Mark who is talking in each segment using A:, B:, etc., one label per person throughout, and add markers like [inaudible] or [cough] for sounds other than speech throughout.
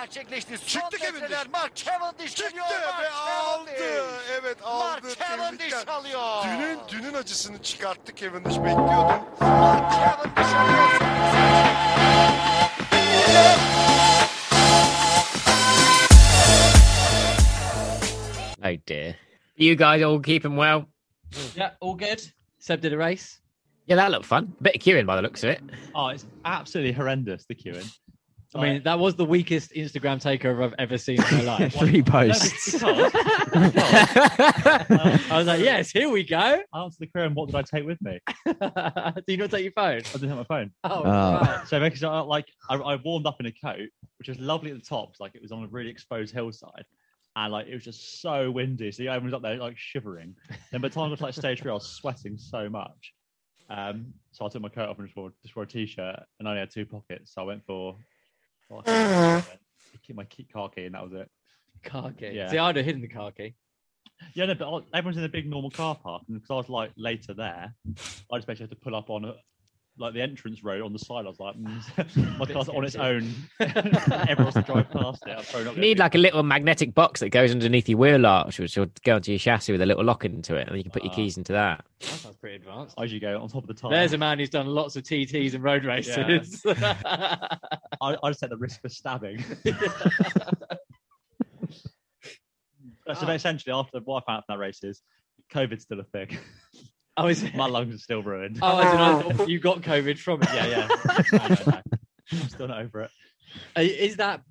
A: gerçekleşti. Son
B: Çıktı Cavendish.
A: metreler. Mark Cavendish
B: Çıktı
A: geliyor. Mark
B: ve aldı.
A: Cavendish.
B: Evet aldı.
A: Mark Cavendish
B: Tebrikler.
A: alıyor.
B: Dünün, dünün acısını çıkarttı Cavendish bekliyordum.
A: Mark Cavendish alıyor.
C: Oh dear. You guys all keeping well?
D: Yeah, all good. Seb did a race.
C: Yeah, that looked fun. Bit of queuing by the looks of [laughs] it.
D: Oh, it's absolutely horrendous, the queuing. I mean, that was the weakest Instagram takeover I've ever seen
E: [laughs]
D: in my life.
E: Three
D: No, [laughs]
E: posts.
D: because-
F: Um,
C: I
D: I was like, yes, here we go. [laughs]
F: I answered the query and what did I take with me? I
D: Do you not take your phone?
F: didn't have my phone.
D: Oh,
E: Ah.
F: So because I like I, I warmed up in a coat, which was lovely at the top, like it was on a really exposed hillside. And like it was just so windy. So yeah, I was up there like shivering. Then by the time I got to like stage three, I was sweating so much. Um so I took my coat off and just wore, just wore a t-shirt and I only had two pockets. So I went for well, I keep my key, car key and that was it.
D: car key.
F: Yeah.
D: See, I'd have hidden the car
F: [laughs]
D: key.
F: Yeah, no, but all- everyone's in the big normal car park, and because I was like later there, I just basically had to pull up on a, like the entrance road on the side. I was like, mm, [laughs] my car's on its own. Everyone's driving past it. I'm probably not gonna
C: need
F: do
C: like a little magnetic box that goes underneath your wheel arch, which will go into your chassis with a little lock into it, and you can put your
F: Wow.
C: keys into that.
D: That sounds pretty advanced.
F: that. I usually go on top of the tire.
D: There's a man who's done lots of TTs and road races. [laughs]
F: I, I just had the risk of stabbing. [laughs] Uh, so
D: Ah.
F: essentially, after what I found out from that race is COVID's still
D: [laughs]
F: a thing.
D: oh, is it?
F: [laughs] my lungs are still ruined.
D: Oh, I don't
E: Ah.
D: know. [laughs] You got COVID from it.
F: Yeah, [laughs] yeah. No, no, no. I'm still not over it.
D: Uh, Is that?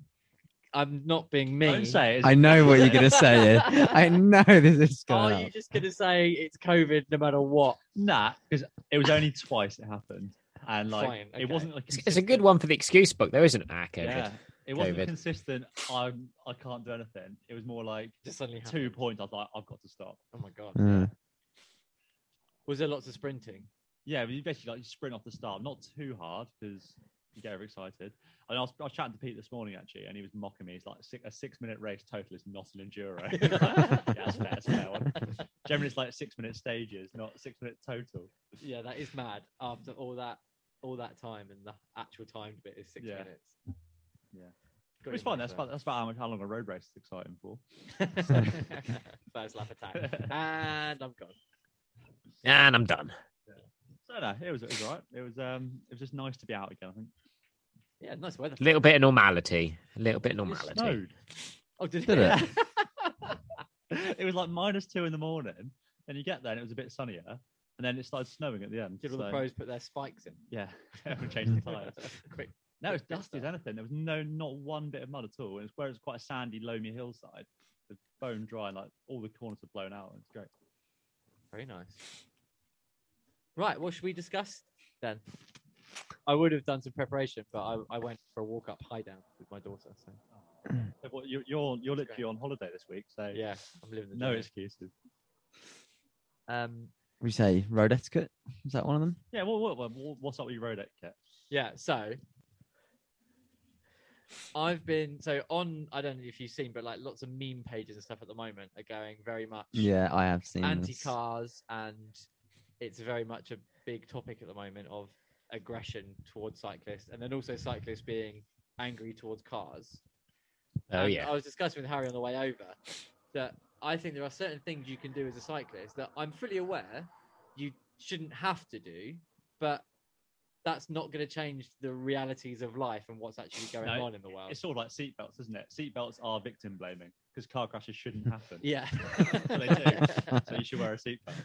D: I'm not being mean.
F: Don't say it.
E: I know what you're gonna say. Ed. I know [laughs] this is
C: Oh,
D: Are
E: going
D: you
E: up.
D: just gonna say it's COVID no matter what?
F: Nah, because it was only twice it happened, and like
D: Fine, okay.
F: it wasn't like
C: It's, it's a good one for the excuse book, though, isn't it? Ah, COVID.
F: Yeah, it wasn't
C: COVID.
F: consistent. I'm I can't do anything. It was more like
D: Just suddenly happened.
F: two points. I was like, I've got to stop.
D: Oh my god.
C: Hmm.
E: Uh,
D: Was there lots of
F: [laughs]
D: sprinting?
F: Yeah, but you basically like you sprint off the start, not too hard because you get overexcited. And I was, I was chatting to Pete this morning actually, and he was mocking me. He's like, six, a six-minute race total is not an enduro. [laughs] yeah, that's fair. That's a fair one. Generally, it's like six-minute stages, not six-minute total.
D: Yeah, that is mad. After all that, all that time, and the actual timed bit is six
F: Yeah.
D: minutes.
F: Yeah.
D: Got
F: It's
D: your
F: fun. That's
D: mark
F: about, that's about how, much, how long a road race is exciting for.
D: there. [laughs] First lap attack,
F: [laughs]
D: and I'm gone.
C: And I'm done.
F: So no, it was it was all right. It was um it was just nice to be out again. I think
D: Yeah, nice weather.
C: A little bit of normality. A little bit of
F: it
C: normality.
F: snowed. [laughs]
D: Oh, did,
E: Did
D: it?
E: it?
F: It was like minus two in the morning, and you get there and it was a bit sunnier, and then it started snowing at the
D: [laughs]
F: end.
D: Did all the
F: so-
D: pros put their spikes in?
F: Yeah, [laughs] we changed the
D: [laughs]
F: tires.
D: Quick.
F: No, it's
D: Good
F: dusty as
D: stuff.
F: anything. There was no not one bit of mud at all, and it's where it's quite a sandy, loamy hillside. The bone dry, and like all the corners are blown out. It's great.
D: Very nice. Right, what should we discuss then? I would have done some preparation, but I, I went for a walk up high down with my daughter. So
F: So, what- you- you're you're
D: It's
F: literally on holiday this week, so
D: yeah, I'm living the
F: no
D: dream.
F: excuses.
D: Um,
E: we say road etiquette. Is that one of them?
F: Yeah, what, what, what- what's up with your road etiquette?
D: yeah. So I've been so on. I don't know if you've seen, but like lots of meme pages and stuff at the moment are going very much
E: Yeah, I have seen. this.
D: anti-cars, and it's very much a big topic at the moment of aggression towards cyclists, and then also cyclists being angry towards cars.
C: Oh,
D: and
C: yeah.
D: I was discussing with Harry on the way over that I think there are certain things you can do as a cyclist that I'm fully aware you shouldn't have to do, but that's not going to change the realities of life and what's actually going
F: No,
D: on in the world.
F: It's all like seatbelts, isn't it? Seatbelts are victim blaming because car crashes
D: [laughs]
F: shouldn't happen.
D: [laughs] Yeah.
F: [laughs] So they do. so you should wear a seatbelt.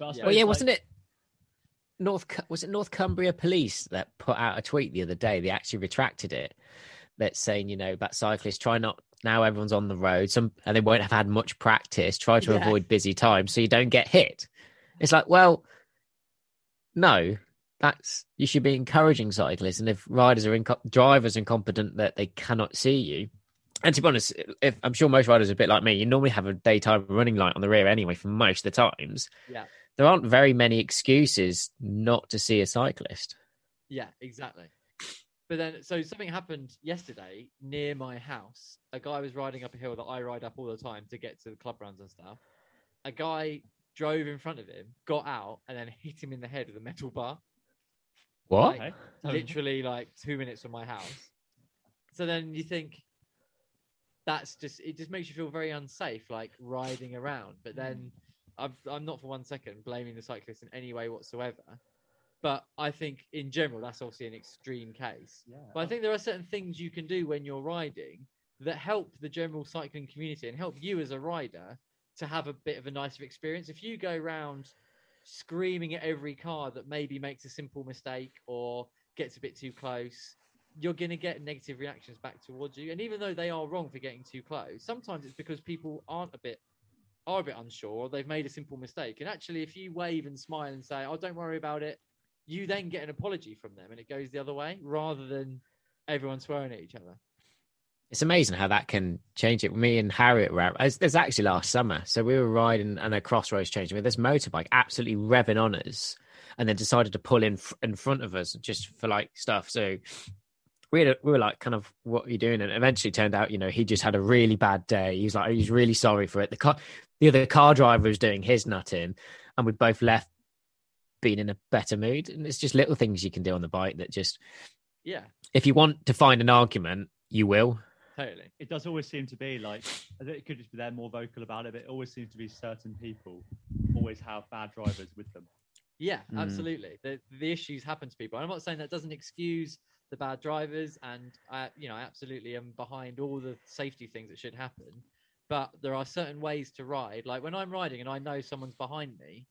D: Yeah.
F: I
C: Well,
F: suppose,
C: yeah,
F: like-
C: wasn't it? North Cu- was it North Cumbria Police that put out a tweet the other day? They actually retracted it. That's saying, you know, about cyclists, try not now everyone's on the road, some and they won't have had much practice. Try to
D: Yeah.
C: avoid busy times so you don't get hit. It's like, well, no, that's you should be encouraging cyclists, and if riders are inco- drivers incompetent that they cannot see you. And to be honest, if I'm sure most riders are a bit like me, you normally have a daytime running light on the rear anyway for most of the times there aren't very many excuses not to see a cyclist.
D: [laughs] Yeah, exactly. But then, so something happened yesterday near my house. A guy was riding up a hill that I ride up all the time to get to the club runs and stuff. A guy drove in front of him, got out, and then [laughs] hit him in the head with a metal bar.
C: What?
D: Like,
F: Okay.
D: [laughs] literally, like two minutes from my house. So then you think, that's just it just makes you feel very unsafe, like riding around. But then I've, I'm not for one second blaming the cyclist in any way whatsoever. But I think in general that's obviously an extreme case.
F: Yeah.
D: But I think there are certain things you can do when you're riding that help the general cycling community and help you as a rider to have a bit of a nicer experience. If you go round screaming at every car that maybe makes a simple mistake or gets a bit too close, you're going to get negative reactions back towards you. And even though they are wrong for getting too close, sometimes it's because people aren't a bit are a bit unsure or they've made a simple mistake. And actually, if you wave and smile and say, "Oh, don't worry about it," you then get an apology from them, and it goes the other way rather than everyone swearing at each other.
C: It's amazing how that can change it. Me and Harriet were out. It's, it's actually last summer, so we were riding and a crossroads changed with this motorbike absolutely revving on us, and then decided to pull in fr- in front of us just for like stuff. So we had a, we were like, kind of, what are you doing? And it eventually turned out, you know, he just had a really bad day. He was like, he's really sorry for it. The car, the other car driver was doing his nutting, and we both left being in a better mood. And it's just little things you can do on the bike that just,
D: Yeah,
C: if you want to find an argument, you will.
D: totally.
F: it does always seem to be like I think it could just be they're more vocal about it, but it always seems to be certain people always have bad drivers with them.
D: Yeah,
E: Mm.
D: absolutely. The the issues happen to people. I'm not saying that doesn't excuse the bad drivers, and I, you know, I absolutely am behind all the safety things that should happen. But there are certain ways to ride. Like when I'm riding and I know someone's behind me,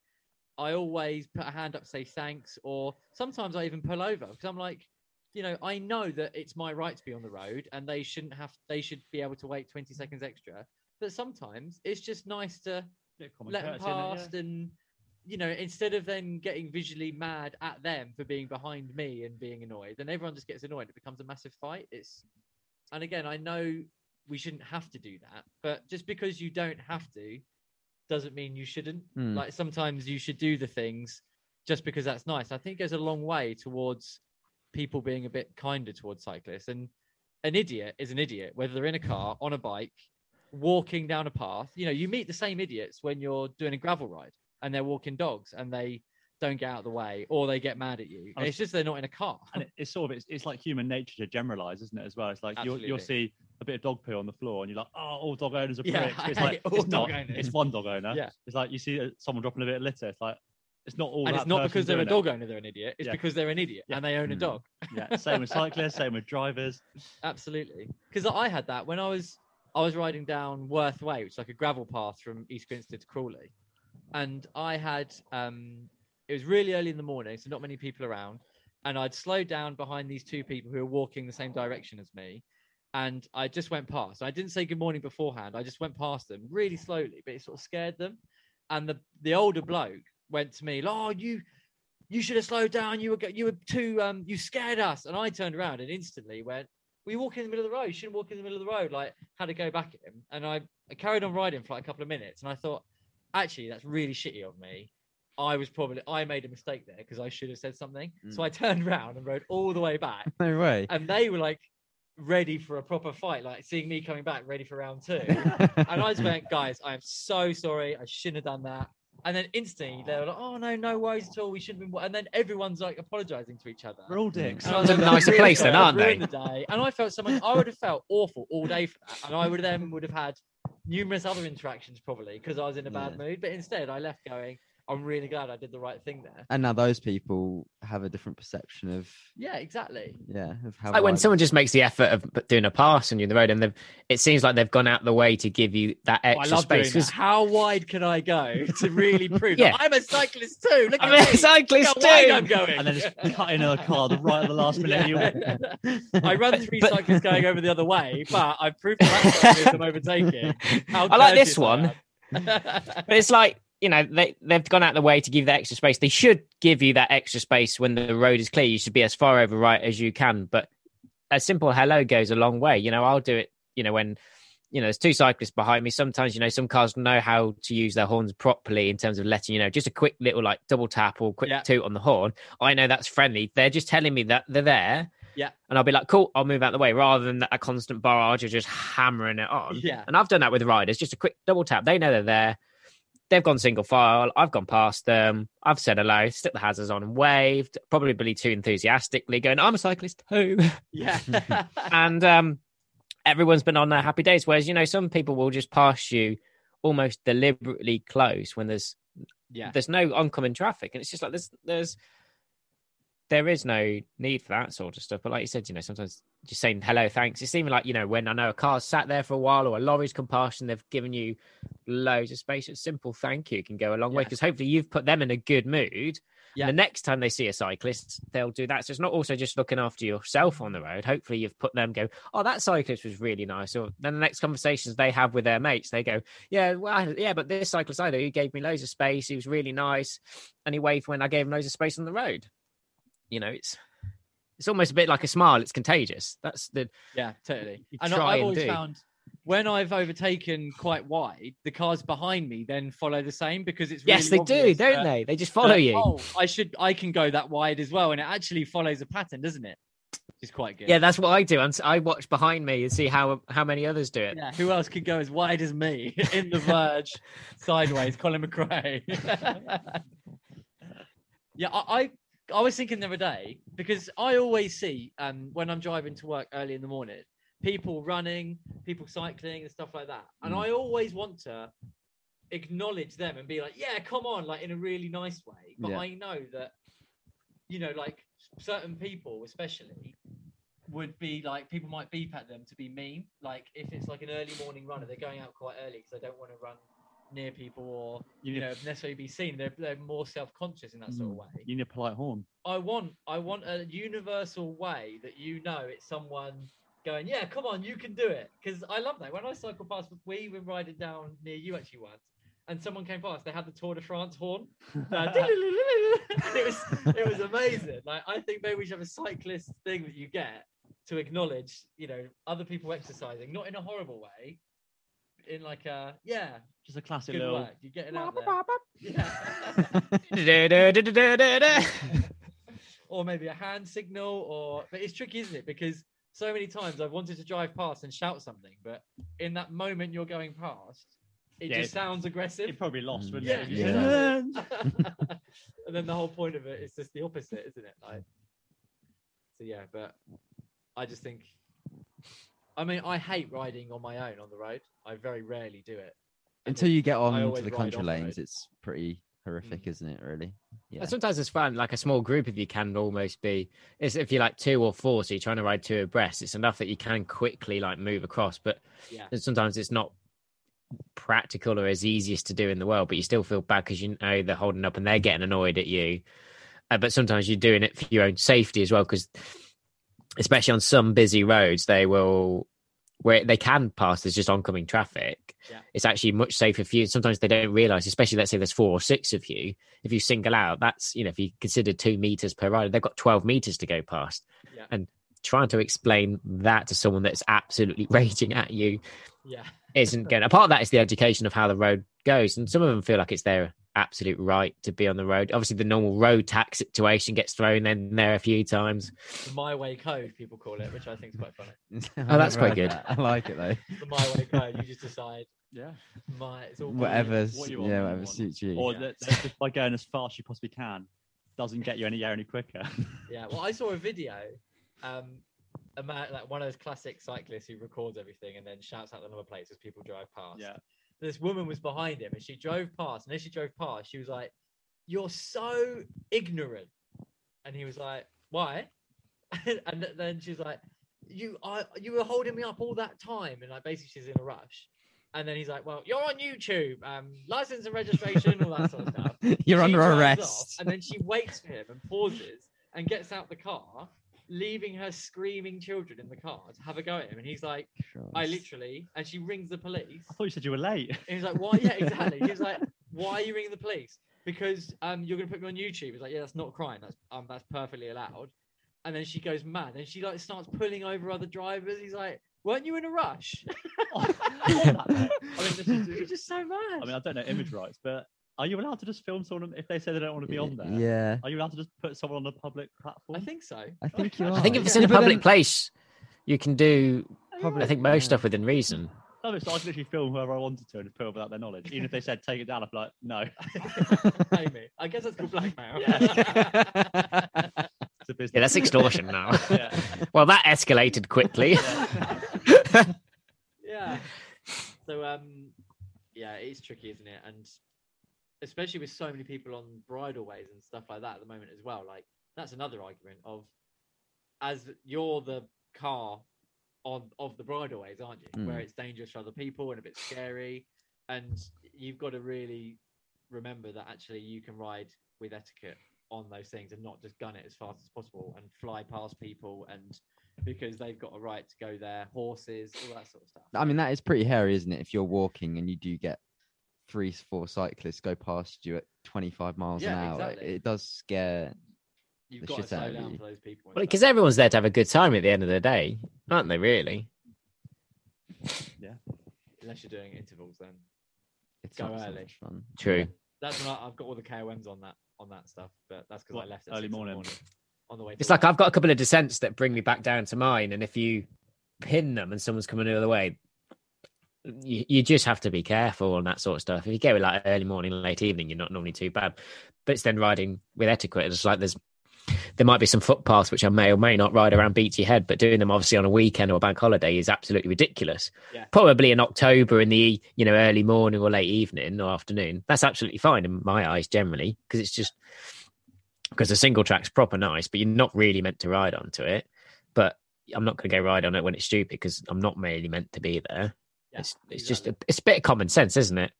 D: I always put a hand up, say thanks, or sometimes I even pull over because I'm like, you know, I know that it's my right to be on the road, and they shouldn't have. They should be able to wait 20 seconds extra. But sometimes it's just nice to
F: Bit of common
D: let them
F: courtesy, Oh isn't it?
D: past and you know instead of then getting visually mad at them for being behind me and being annoyed then everyone just gets annoyed it becomes a massive fight it's and again i know we shouldn't have to do that but just because you don't have to doesn't mean you shouldn't
F: Mm.
E: Hmm.
D: like sometimes you should do the things just because that's nice i think it goes a long way towards people being a bit kinder towards cyclists and an idiot is an idiot whether they're in a car on a bike walking down a path you know you meet the same idiots when you're doing a gravel ride and they're walking dogs and they don't get out of the way or they get mad at you
F: I was-
D: it's just they're not in a car
F: and it, it's sort of it's, it's like human nature to generalize, isn't it? As well, it's like you'll, you'll
D: Absolutely.
F: see a bit of dog poo on the floor, and you're like, oh, all dog owners are
D: Yeah,
F: pricks.
D: I
F: It's
D: hate
F: like
D: all
F: it's
D: dog
F: not.
D: owners.
F: It's one dog owner.
D: Yeah.
F: It's like you see uh, someone dropping a bit of litter. It's like it's not all.
D: and
F: that
D: it's not
F: person
D: because they're a
F: doing
D: dog owner they're an idiot it's
F: Yeah. Mm.
D: because they're an idiot
F: Yeah.
D: and they own a
E: Hmm.
D: dog
F: it. yeah. Same with cyclists. Same with drivers.
D: absolutely because i had that when i was i was riding down worth way which is like a gravel path from east grinstead to crawley and i had um it was really early in the morning so not many people around and i'd slowed down behind these two people who were walking the same direction as me and i just went past i didn't say good morning beforehand i just went past them really slowly but it sort of scared them and the the older bloke went to me like, oh you you should have slowed down you were go- you were too um you scared us and i turned around and instantly went we walk in the middle of the road. You shouldn't walk in the middle of the road. Like, had to go back at him. And I, I carried on riding for like a couple of minutes. And I thought, actually, that's really shitty of me. I was probably, I made a mistake there because I should have said something. So I turned around and rode all the way back.
E: No way.
D: And they were like ready for a proper fight, like seeing me coming back ready for round
E: [laughs]
D: two. [laughs] And I just went, guys, I am so sorry. I shouldn't have done that. And then instantly they were like, oh, no, no worries at all. We shouldn't have been. wa-" And then everyone's like apologizing to each other.
F: We're all dicks.
D: And I
C: Sounds like a nicer
D: really
C: place then,
D: sorry,
C: aren't
D: I've
C: they?
D: ruined The day. And I felt so much. I would have felt awful all day for that, and I would then would have had numerous other interactions probably because I was in a bad
E: Yeah.
D: mood. But instead, I left going. I'm really glad I did the right thing there.
E: [laughs] And now those people have a different perception of
D: Yeah, exactly.
E: yeah of how.
C: It's like when
E: wide-
C: someone just makes the effort of doing a pass and you're in the road, and they've, it seems like they've gone out the way to give you that
F: Oh, I
C: extra
F: love doing
C: space.
F: that.
C: 'cause-
D: How wide can I go
C: [laughs]
D: to really prove?
C: Yeah.
D: that I'm a cyclist too.
C: [laughs]
D: Look at
C: I'm a
D: me. Look
C: cyclist
D: how wide I'm
C: too.
D: going.
F: And then
D: [laughs]
C: [laughs]
F: just cut in a car the right at the last minute. You
D: Yeah. I run three
C: But-
D: cyclists going over the other way, but I've proved to
C: [laughs]
D: that cyclist I'm overtaking. How
C: I like this
D: courteous I
C: one,
D: am.
C: but it's like you know they they've gone out the way to give that extra space. They should give you that extra space when the road is clear. You should be as far over right as you can. But a simple hello goes a long way. You know, I'll do it. You know when. You know, there's two cyclists behind me. Sometimes, you know, some cars know how to use their horns properly in terms of letting you know just a quick little like double tap or quick
D: Yeah.
C: toot on the horn. I know that's friendly. They're just telling me that they're there.
D: Yeah.
C: And I'll be like, cool, I'll move out the way rather than that a constant barrage of just hammering it on.
D: [laughs] Yeah.
C: And I've done that with riders, just a quick double tap. They know they're there. They've gone single file. I've gone past them. I've said hello, stuck the hazards on and waved, [laughs] probably too enthusiastically, going, I'm a cyclist too.
D: Yeah.
C: and um, everyone's been on their happy days. Whereas, you know, some people will just pass you almost deliberately close when there's
D: Yeah.
C: there's no oncoming traffic, and it's just like there's there's there is no need for that sort of stuff. But like you said, you know, sometimes just saying hello, thanks. It's even like you know when I know a car's sat there for a while or a lorry's come past and they've given you loads of space. A simple thank you can go a long way
D: Yeah.
C: because hopefully you've put them in a good mood.
D: Yeah.
C: And the next time they see a cyclist, they'll do that. So it's not also just looking after yourself on the road. Hopefully you've put them go, oh, that cyclist was really nice. Or then the next conversations they have with their mates, they go, yeah, well, I- yeah, but this cyclist either he gave me loads of space. He was really nice, and he waved when I gave him loads of space on the road. You know, it's it's almost a bit like a smile. It's contagious. That's the
D: Yeah, totally.
C: you
D: And I-
C: try
D: I've
C: and
D: always
C: do.
D: found when I've overtaken quite wide, the cars behind me then follow the same because it's
C: yes, they
D: really
C: do,
D: obvious
C: don't
D: that-
C: they? They just follow
D: that,
C: you.
D: Oh, I should, I can go that wide as well, and it actually follows a pattern, doesn't it? Which is quite good.
C: Yeah, that's what I do. And I watch behind me and see how how many others do it. [laughs]
D: Yeah, who else could go as wide as me [laughs] in the verge, sideways, Colin McRae? [laughs] yeah, I, I I was thinking the other day because I always see um when I'm driving to work early in the morning, people running, people cycling and stuff like that, and I always want to acknowledge them and be like, yeah, come on, like in a really nice way. But
E: Yeah.
D: I know that you know, like certain people, especially, would be like people might beep at them to be mean. Like if it's like an early morning runner, they're going out quite early because they don't want to run near people or you know necessarily be seen. They're they're more self conscious in that sort of way.
F: [laughs] You need a polite
D: [laughs]
F: horn.
D: I want I want a universal way that you know it's someone going, yeah, come on, you can do it. Because I love that. When I cycle past, we were riding down near you actually once, and someone came past. They had the Tour de France horn.
F: [laughs]
D: Uh, [laughs] it was it was amazing. Like I think maybe we should have a cyclist thing that you get to acknowledge, you know, other people exercising, not in a horrible way, in like a yeah,
F: Just a classic
D: good
F: little.
D: work. You get it out there. [laughs] Yeah. or maybe a hand signal or but it's tricky isn't it because so many times i've wanted to drive past and shout something but in that moment you're going past it
F: Yeah,
D: just
F: it-
D: sounds aggressive
F: It probably lost, wouldn't
D: Yeah,
F: it? if you
E: yeah.
F: said that?
D: and then the whole point of it is just the opposite isn't it like so yeah but i just think i mean i hate riding on my own on the road i very rarely do it
E: Until you get on to
D: always
E: the
D: ride
E: country
D: off-road.
E: lanes, it's pretty horrific, isn't it? Really. [laughs] Yeah.
C: And sometimes it's fun, like a small group, if you can almost be, it's if you're like two or four, so you're trying to ride two abreast, it's enough that you can quickly like move across. But
D: Yeah.
C: sometimes it's not practical or as easiest to do in the world, but you still feel bad because you know they're holding up and they're getting annoyed at you. Uh, but sometimes you're doing it for your own safety as well, because especially on some busy roads, they will, where they can pass, there's just oncoming traffic.
D: Yeah.
C: It's actually much safer for you. Sometimes they don't realize, especially let's say there's four or six of you if you single out, that's you know, if you consider two meters per rider, they've got twelve meters to go past.
D: Yeah.
C: And trying to explain that to someone that's absolutely [laughs] raging at you
D: yeah
E: [laughs]
C: isn't going. to Apart of that is the education of how the road goes, and some of them feel like it's their absolute right to be on the road. Obviously, the normal road tax situation gets thrown in there a few times.
D: the my way code people call it which i think is quite funny
E: oh,
C: that's quite good.
E: [laughs] I like it though.
D: the my way code you just decide
F: Yeah.
D: my it's all good.
E: Whatever,
F: what you want, what
E: yeah,
F: you
E: whatever
F: want.
E: suits you.
F: Or [laughs]
D: Yeah.
F: that, that's just by going as fast as you possibly can doesn't get you any yeah, any quicker.
D: [laughs] Yeah, well, I saw a video, um, a man, like one of those classic cyclists who records everything and then shouts out the number plates as people drive past.
F: yeah.
D: This woman was behind him and she drove past, and as she drove past, she was like, "You're so ignorant," and he was like, "Why?" [laughs] and th- then she was like, "You, I, you were holding me up all that time," and like basically she's in a rush. And then he's like, "Well, you're on YouTube, um, license and registration, all that sort of stuff."
E: [laughs] [laughs] You're
D: She
E: under
D: drives
E: arrest.
D: off, and then she waits for him and pauses and gets out the car, leaving her screaming children in the car to have a go at him. And he's like, I
E: [laughs] Christ.
D: literally, and she rings the police.
F: I thought you said you were late.
D: [laughs] And he's like, why? Yeah, exactly. He's like, why are you ringing the police? Because um, you're going to put me on YouTube. He's like, yeah, that's not a crime. That's um, that's perfectly allowed. And then she goes mad, and she like starts pulling over other drivers. He's like, weren't you in a rush? [laughs]
F: I
D: I mean, this is- it's just so mad.
F: mean, I don't know image rights, but are you allowed to just film someone if they say they don't want to be on there?
E: Yeah,
F: Are you allowed to just put someone on a public platform?
D: I think
F: [laughs]
D: so.
E: I think you are.
C: I think if it's in
E: Yeah,
C: a
E: but
C: public
E: then-
C: place, you can do.
E: Public,
C: I think most
E: yeah.
C: stuff within reason.
F: No, so I could literally film whoever I wanted to and just put it without their knowledge. Even if they said take it down, I'd be like, no,
D: Amy, I guess that's called blackmail.
F: it's a business. [laughs]
E: [laughs]
C: Yeah, that's extortion now. [laughs]
F: Yeah.
C: well, that escalated quickly.
E: [laughs]
D: yeah. So um, yeah, it's tricky, isn't it? And especially with so many people on bridleways and stuff like that at the moment as well. Like that's another argument of as you're the car on of the bridleways, aren't you? Where
E: Mm.
D: it's dangerous for other people and a bit scary, and you've got to really remember that actually you can ride with etiquette on those things and not just gun it as fast as possible and fly past people and because they've got a right to go there, horses, all that sort of stuff.
E: I mean, that is pretty hairy, isn't it? If you're walking and you do get three, four cyclists go past you at 25 miles an
D: Yeah,
E: hour,
D: exactly.
E: it, it does scare.
D: You've
E: the
D: got to
E: shit out
D: slow
E: of
D: down
E: you.
D: for those people. and
C: Because
D: stuff.
C: everyone's there to have a good time at the end of the day, aren't they? Really?
D: unless you're doing intervals, then
E: It's
D: Go
E: not so
D: early.
E: much fun.
C: True.
D: that's when I, I've got all the KOMs on that on that stuff. But that's because I
F: What,
D: left at
F: early
D: six in the
F: morning?
D: on the way. To
C: It's like
D: work.
C: I've got a couple of descents that bring me back down to mine, and if you pin them and someone's coming the other way, you, you just have to be careful on that sort of stuff. If you get it like early morning, late evening, you're not normally too bad. But it's then riding with etiquette. It's like there's there might be some footpaths which I may or may not ride around beat your head, but doing them obviously on a weekend or a bank holiday is absolutely ridiculous.
D: Yeah.
C: Probably in October in the you know early morning or late evening or afternoon, that's absolutely fine in my eyes generally because it's just because the single track's proper nice, but you're not really meant to ride onto it. But I'm not going to go ride on it when it's stupid because I'm not really meant to be there.
D: Yeah,
C: it's it's just
D: exactly.
C: a, it's a bit of common sense, isn't it?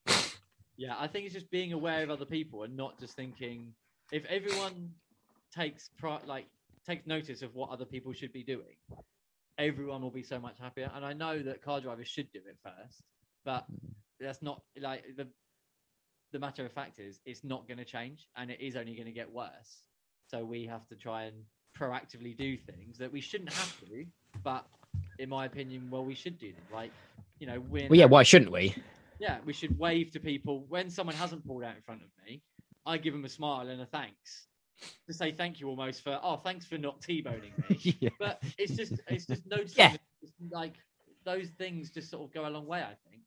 D: yeah. I think it's just being aware of other people and not just thinking. If everyone takes pri- like takes notice of what other people should be doing, everyone will be so much happier. And I know that car drivers should do it first, but that's not like the the matter of fact is it's not going to change and it is only going to get worse. So we have to try and proactively do things that we shouldn't have to, but in my opinion, well, we should do them. Like, you know, when
C: Well, yeah. Why shouldn't we?
D: yeah, we should wave to people when someone hasn't pulled out in front of me. I give them a smile and a thanks to say thank you almost for oh thanks for not t-boning
C: [laughs]
D: me.
E: [laughs] yeah.
D: but it's just it's just noticing
C: Yeah.
D: that it's like those things just sort of go a long way. I think.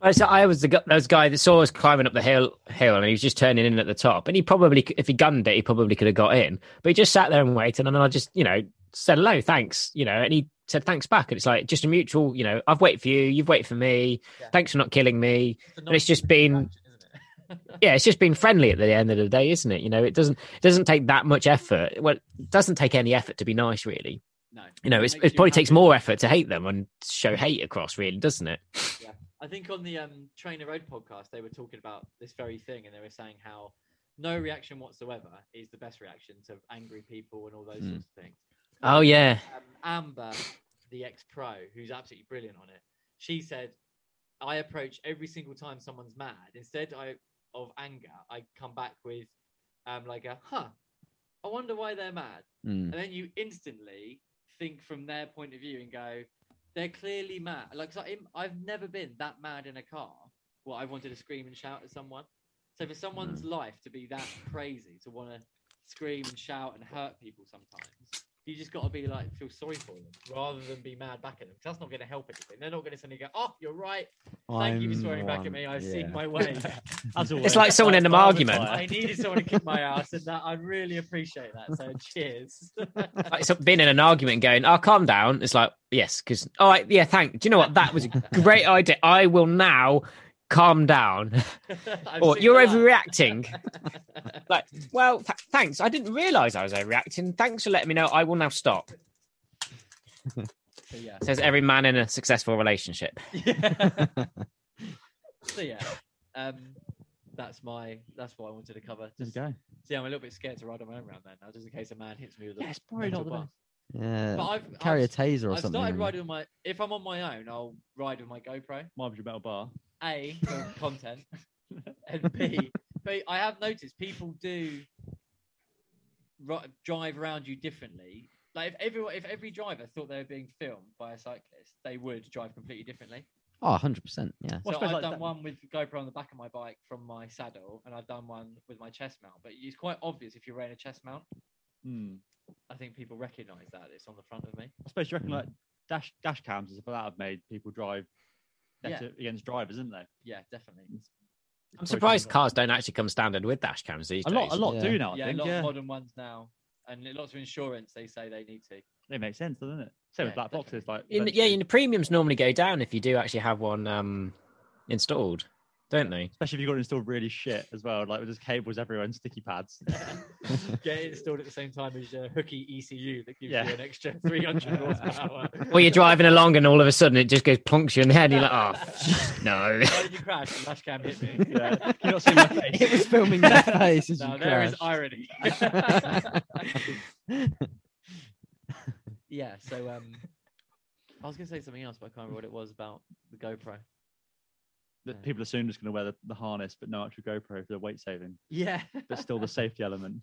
C: I was, I was the gu- those guy that saw us climbing up the hill hill, and he was just turning in at the top. And he probably, c- if he gunned it, he probably could have got in. But he just sat there and waited. And then I just, you know, said hello, thanks, you know, and he said thanks back. And it's like just a mutual, you know, I've waited for you, you've waited for me.
D: Yeah.
C: Thanks for not killing me.
D: a
C: And it's
D: nice
C: just been-
D: interaction, isn't
C: [laughs]
D: it?
C: yeah, it's just being friendly at the end of the day, isn't it? You know, it doesn't it doesn't take that much effort. Well, it doesn't take any effort to be nice, really.
D: No,
C: You know,
D: it
C: it's,
D: makes
C: it probably
D: happy.
C: takes more effort to hate them and show hate across, really, doesn't it?
D: I think on the um, Trainer Road podcast, they were talking about this very thing, and they were saying how no reaction whatsoever is the best reaction to angry people and all those
E: Hmm.
D: sorts of things.
C: Oh yeah,
D: um, Amber, the ex pro, who's absolutely brilliant on it, she said, I approach every single time someone's mad. Instead I, of anger, I come back with um, like a, huh, I wonder why they're mad.
E: [laughs] Mm.
D: And then you instantly think from their point of view and go, they're clearly mad. Like, so I'm- I've never been that mad in a car where I wanted to scream and shout at someone. So for someone's life to be that crazy, to want to scream and shout and hurt people sometimes, you just got to be like, feel sorry for them rather than be mad back at them. 'cause that's not going to help anything. They're not going to suddenly go, oh, you're right. Thank you for swearing back at me. I've seen my way. [laughs]
F: As always,
C: it's like someone in an
F: Barber's
C: argument.
F: like-
D: I needed someone to kick my ass, and that I really appreciate that. So cheers.
C: [laughs]
D: [laughs]
C: like so being in an argument, and going, "Oh, calm down." It's like, yes, because all right, yeah, thank. Do you know what? That was a great idea. I will now calm down. [laughs]
D: I've
C: Or
D: seen
C: you're
D: that.
C: overreacting. like, well, th- thanks. I didn't realise I was overreacting. Thanks for letting me know. I will now stop.
D: So yeah.
C: Says every man in a successful relationship.
F: [laughs]
D: So yeah. Um, that's my. That's what I wanted to cover.
F: There we
D: Just,
F: go.
D: See, I'm a little bit scared to ride on my own round there now, just in case a man hits me with a.
F: Yeah, it's probably
D: metal
F: not the
D: bar.
F: best.
E: Yeah.
D: But I've
E: Carry
D: I've,
E: a taser or
D: I've
E: something.
D: started
E: and-
D: riding with my. If I'm on my own, I'll ride with my GoPro.
F: Might be your metal bar.
D: A
F: [laughs]
D: for content, [laughs] and B, B I have noticed people do ri- drive around you differently. Like if everyone, if every driver thought they were being filmed by a cyclist, they would drive completely differently.
E: Oh, 100%.
D: [laughs]
F: [laughs]
E: Yeah. [laughs]
F: Well,
D: so
F: I suppose
D: I've
F: like
D: done
F: that-
D: one with GoPro on the back of my bike from my saddle, and I've done one with my chest mount. But it's quite obvious if you're wearing a chest mount.
F: Hmm.
D: I think people recognise that it's on the front of me.
F: I suppose you reckon
C: Hmm.
E: Mm.
F: like dash dash cams and stuff like that have made people drive
D: Yeah.
F: better against drivers, isn't they?
D: Yeah, definitely.
F: Mm.
C: I'm
F: Probably
C: surprised
F: something
C: cars don't actually come standard with dash cams these
F: A
C: days.
F: lot, a lot
E: Yeah.
F: do now. I
D: yeah,
F: think.
D: a lot
F: yeah.
D: of modern ones now, and lots of insurance they say they need to.
F: [laughs] It makes sense, doesn't it?
D: Yeah,
F: Same with black boxes. Like
C: In the, yeah,
F: eventually-
C: in the premiums normally go down if you do actually have one um, installed, don't they?
F: especially if you've got it installed really shit as well. Like with just cables everywhere and
C: [laughs]
F: sticky pads.
D: Get it installed at the same time as your hooky ECU that gives
F: Yeah.
D: you an extra [laughs]
F: [laughs]
D: 300 horsepower.
C: Or you're driving along and all of a sudden it just goes plonks you in the head. And you're
F: [laughs]
C: like, oh no.
D: Why did you crash? The Dash cam hit me.
F: Yeah. Can you not
D: [laughs]
F: see my face?
E: it was filming your face as
D: Now,
E: you
D: there is
E: crashed.
D: irony.
F: [laughs]
D: [laughs] yeah, so um, [laughs] I was going to say something else, but I can't remember what it was about the GoPro.
F: That people assume just going to wear the, the harness, but no actual GoPro for the weight saving.
D: Yeah.
F: But still the safety element.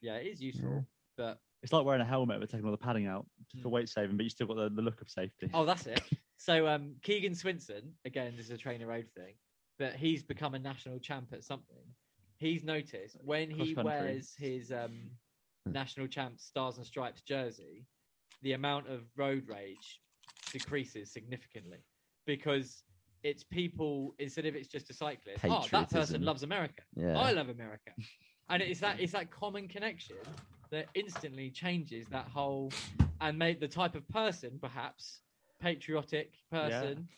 D: yeah, it is useful, but
F: It's like wearing a helmet but taking all the padding out just for
D: Mm.
F: weight saving, but you still got the, the look of safety.
D: Oh, that's it. So um, Keegan Swinson, again, this is a trainer road thing, but he's become a national champ at something. He's noticed when he
F: Cross country. Hmm.
D: wears his um, national champ stars and stripes jersey, the amount of road rage decreases significantly because it's people instead of it's just a cyclist. Oh, that person
E: Patriotism.
D: loves America.
E: [laughs] yeah.
D: I love America. And it's that it's that common connection that instantly changes that whole and make the type of person, perhaps patriotic
F: Yeah.
D: person,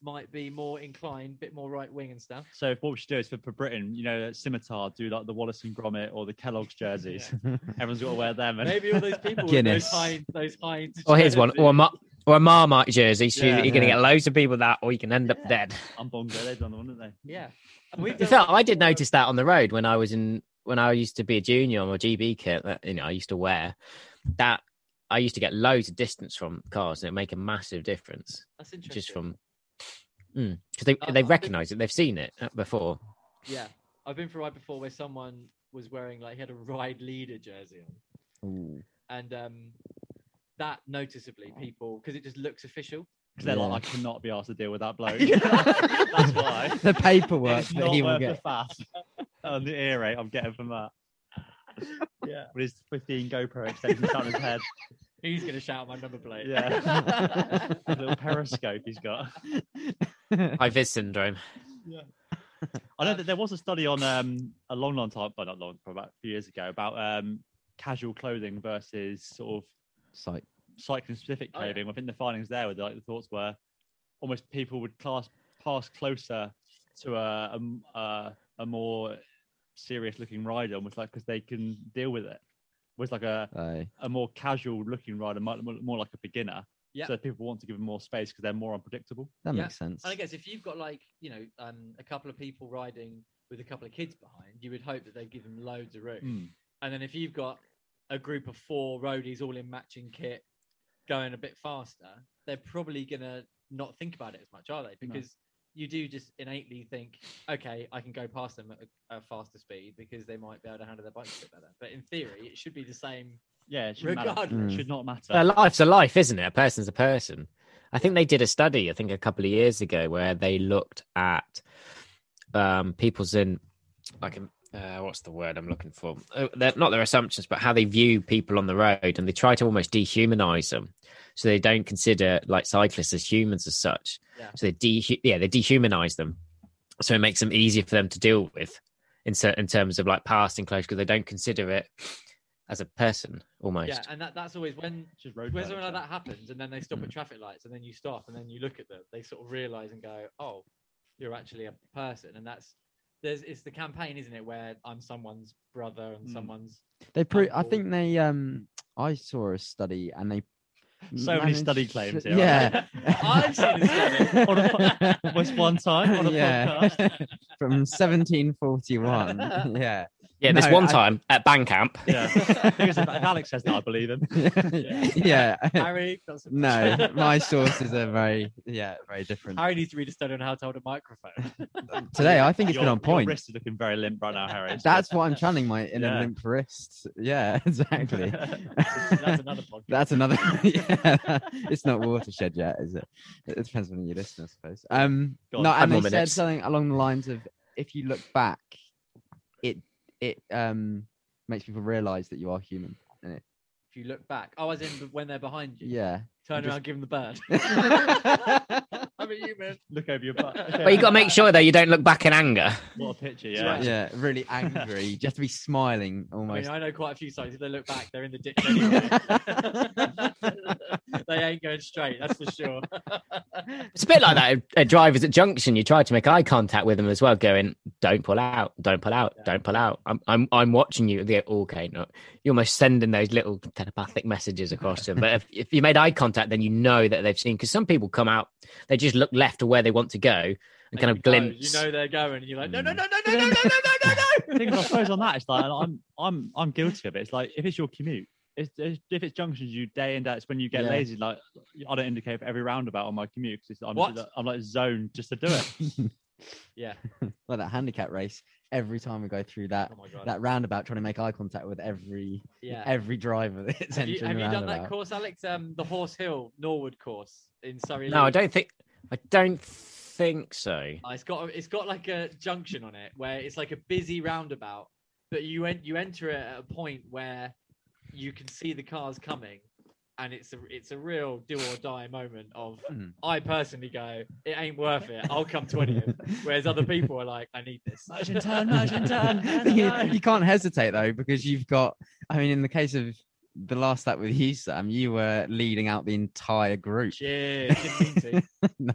D: might be more inclined, bit more right wing and stuff.
F: So if what we should do is for, for Britain, you know, Scimitar do like the Wallace and Gromit or the [laughs] Kellogg's jerseys. Everyone's got to wear them. And
D: Maybe all those
C: [laughs]
D: people with those
E: Guinness.
D: high those high.
C: Or Oh, here's one, or a, Mar- or a Marmite jersey. So
F: Yeah.
C: you're going to get loads of people with that, or you can end up dead.
F: [laughs] I'm bongo. They've done the one, didn't they?
D: Yeah.
C: In fact, I did notice that on the road when I was in when I used to be a junior on my GB kit that you know I used to wear. That I used to get loads of distance from cars, and it make a massive difference
D: That's interesting.
C: just from because they
D: Uh, I
C: they
D: think-
C: recognise it, they've seen it uh,
D: [laughs]
C: before.
D: yeah, I've been for a ride before where someone was wearing like he had a ride leader jersey on.
E: Ooh.
D: and um, that noticeably people because it just looks
C: [laughs]
D: official.
F: Because they're like, I cannot be asked to deal with that [laughs] bloke. That's why.
E: [laughs] the paperwork
F: It's
D: [laughs]
E: that
F: not
E: he will
F: worth
E: get.
F: the fast. [laughs] and the ear rate I'm getting from that. [laughs] Yeah. With his 15 GoPro extensions down his head.
D: He's gonna shout my number plate. [laughs]
F: Yeah. A little periscope he's got.
C: High vis syndrome.
F: I know that there was a study on um, a long, long time, but not long, probably about a few years ago, about um, casual clothing versus sort of
E: [laughs] Psych.
F: cycling specific
D: Oh, yeah.
F: clothing. I think the findings there were like the thoughts were almost people would class pass closer to a a m- a, a more serious looking rider, almost like because they can deal with it. Was like a,
E: Aye.
F: a more casual looking rider, mu- mu- more like a beginner.
D: Yeah.
F: So people want to give them more space because they're more unpredictable.
E: That
D: Yeah.
E: makes sense.
D: And I guess if you've got like you know um, a couple of people riding with a couple of kids behind, you would hope that they give them loads of room. And then if you've got a group of four roadies all in matching kit, going a bit faster, they're probably gonna not think about it as much, are they?
F: No.
D: Because you do just innately think, okay, I can go past them at a, a faster speed because they might be able to handle their bikes a bit better. But in theory, it should be the same
F: Yeah, it should matter.
D: regardless.
E: Mm.
F: It should not matter.
C: A life's a life, isn't it? A person's a person. I think they did a study, I think a couple of years ago, where they looked at um, people's in like um, uh, what's the word I'm looking for? Uh, their- not their assumptions, but how they view people on the road, and they try to almost dehumanize them, so they don't consider like cyclists as humans as such.
D: Yeah.
C: So they de- yeah they dehumanize them, so it makes them easier for them to deal with in certain terms of like passing close because they don't consider it as a person almost.
D: Yeah, and that, that's always when
F: It's just road
D: when
F: rage,
D: something like
F: yeah.
D: that happens, and then they
E: Mm.
D: stop at traffic lights, and then you stop, and then you look at them, they sort of realise and go, "Oh, you're actually a person," and that's there's it's the campaign, isn't it, where I'm someone's brother and
F: Mm.
E: [laughs]
D: someone's
E: They pro- I
D: Apple.
E: think they um I saw a study and they
F: So many study
E: managed- [laughs]
F: claims here,
E: Yeah.
D: I've
E: [laughs]
D: seen a study
F: On a po- was one time [laughs] on a
E: yeah.
F: podcast.
E: [laughs] From
F: [laughs]
E: 1741. yeah.
C: Yeah, this
E: No,
C: one
E: I-
C: time at band camp.
F: Yeah. I think it's- if Alex says that, I believe him.
E: [laughs] yeah.
D: Harry. That's
F: [laughs]
E: No, my sources are very yeah, very different.
D: Harry needs to read a study on how to hold a
E: [laughs]
D: microphone.
E: Today I think it's
F: your,
E: been on
F: Your
E: point.
F: wrist is looking very limp right now, Harry. It's
E: That's what I'm channeling my inner
F: Yeah.
E: limp wrist. Yeah, [laughs]
F: [laughs]
E: exactly.
D: that's another podcast.
E: That's another. [laughs] yeah, it's not watershed yet, is it? It depends when you listen, I suppose. Um,
F: Go on,
E: no,
F: five
E: and
C: more
E: they said
C: minutes.
E: something along the lines of, if you look back, it it um makes people realise that you are human.
D: If you look [laughs] back, oh, as in when they're behind you,
E: Yeah.
D: turn
E: just- [laughs]
D: around, give them the bird.
E: yeah.
D: I mean, human.
F: Look over your
E: [laughs]
F: butt. Okay.
C: But you got to make sure though you don't look back in anger.
F: [laughs] What a picture,
D: Yeah.
F: yeah.
E: Yeah, really angry. You just have to be smiling
D: I mean,
E: almost.
D: I know quite a few sites. If they look back, they're in
E: [laughs]
D: the ditch. Anyway. [laughs] they ain't going straight. That's for sure.
C: It's a bit like that at- at drivers at junction. You try to make eye contact with them as well, going, "Don't pull out, don't pull out, don't pull out." I'm, I'm, I'm watching you. They go, okay, no. You're almost sending those little telepathic messages across to them. But if, [laughs] if you made eye contact, then you know that they've seen. Because some people come out, they just look left to where they want to go and, kind of
D: you know-
C: glimpse.
D: You know they're going, and you're like, no, no,
C: Mm.
D: no, no, no, no, no, no, no, no,
F: The thing is, I suppose on that, it's like and I'm I'm I'm guilty of it. It's like if it's your commute, it's, it's- if it's junctions you day in day, it's when you get
E: Yeah.
F: lazy. Like I don't indicate for every roundabout on my commute because I'm,
D: What?
F: just like- I'm like zoned just to do it.
E: [laughs]
D: Yeah.
E: like that handicap race. Every time we go through that
D: Oh my god.
E: that roundabout, trying to make eye contact with every
D: yeah.
E: every driver [laughs] that's
D: Have you, have
E: entering the
D: you done
E: roundabout.
D: that course, Alex? Um, the Horse Hill Norwood course in Surrey.
C: no, I
D: League?
C: don't think, I don't think so.
D: Uh, it's got a- it's got like a junction on it where it's like a busy roundabout, but you en- you enter it at a point where you can see the cars coming, and it's a it's a real do or die moment. Of
E: Hmm.
D: I personally go, it ain't worth it. I'll come twentieth.
E: [laughs]
D: Whereas other people are like, I need this.
F: Merge and turn,
D: [laughs]
F: merge and turn.
E: you, you can't hesitate though because you've got. I mean, in the case of the last lap with you, Sam, you were leading out the entire group.
D: Cheers. [laughs] Didn't mean to.
E: [laughs]
F: [laughs]
E: no,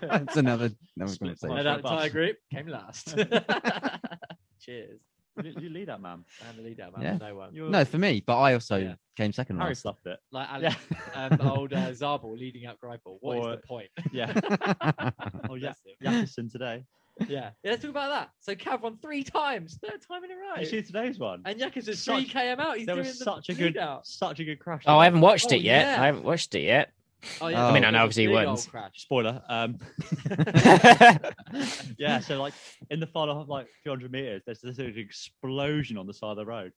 E: that's another. That was
F: Split
E: going to say.
D: No,
F: Well,
D: that
F: squad. shut up.
D: entire group came last.
F: [laughs]
D: [laughs] Cheers.
F: you, you lead that man.
D: And the lead out
E: Yeah.
D: man, no one.
F: You're,
E: No, for me, but I also
D: Yeah.
E: came second
F: Harry
E: last.
F: stuffed it. [laughs]
D: Like Alex,
F: Yeah,
D: um, old uh, Zabel leading out Greipel. What is
F: Or-
D: the point?
F: [laughs] yeah.
E: [laughs]
F: Oh yeah,
D: Bless him. [laughs]
F: Yakison today.
D: yeah. yeah. Let's talk about that. So Cav won three times, third time in a row.
F: You see today's one.
D: and Yakas is
F: Such-
D: three km out. He's
F: there
D: doing
F: was
D: the
F: such a good,
D: out.
F: such a good crash.
C: Oh, I haven't watched
D: Oh,
C: it yet.
D: yeah.
C: I haven't watched it yet.
D: Oh,
E: I mean,
D: there
C: I know
D: was
C: obviously
D: a
C: he
D: big
C: wins.
D: old Crash.
F: [laughs] Spoiler.
D: [laughs]
F: Um,
C: [laughs]
F: yeah, so like in the final like 200 meters, there's this little explosion on the side of the road.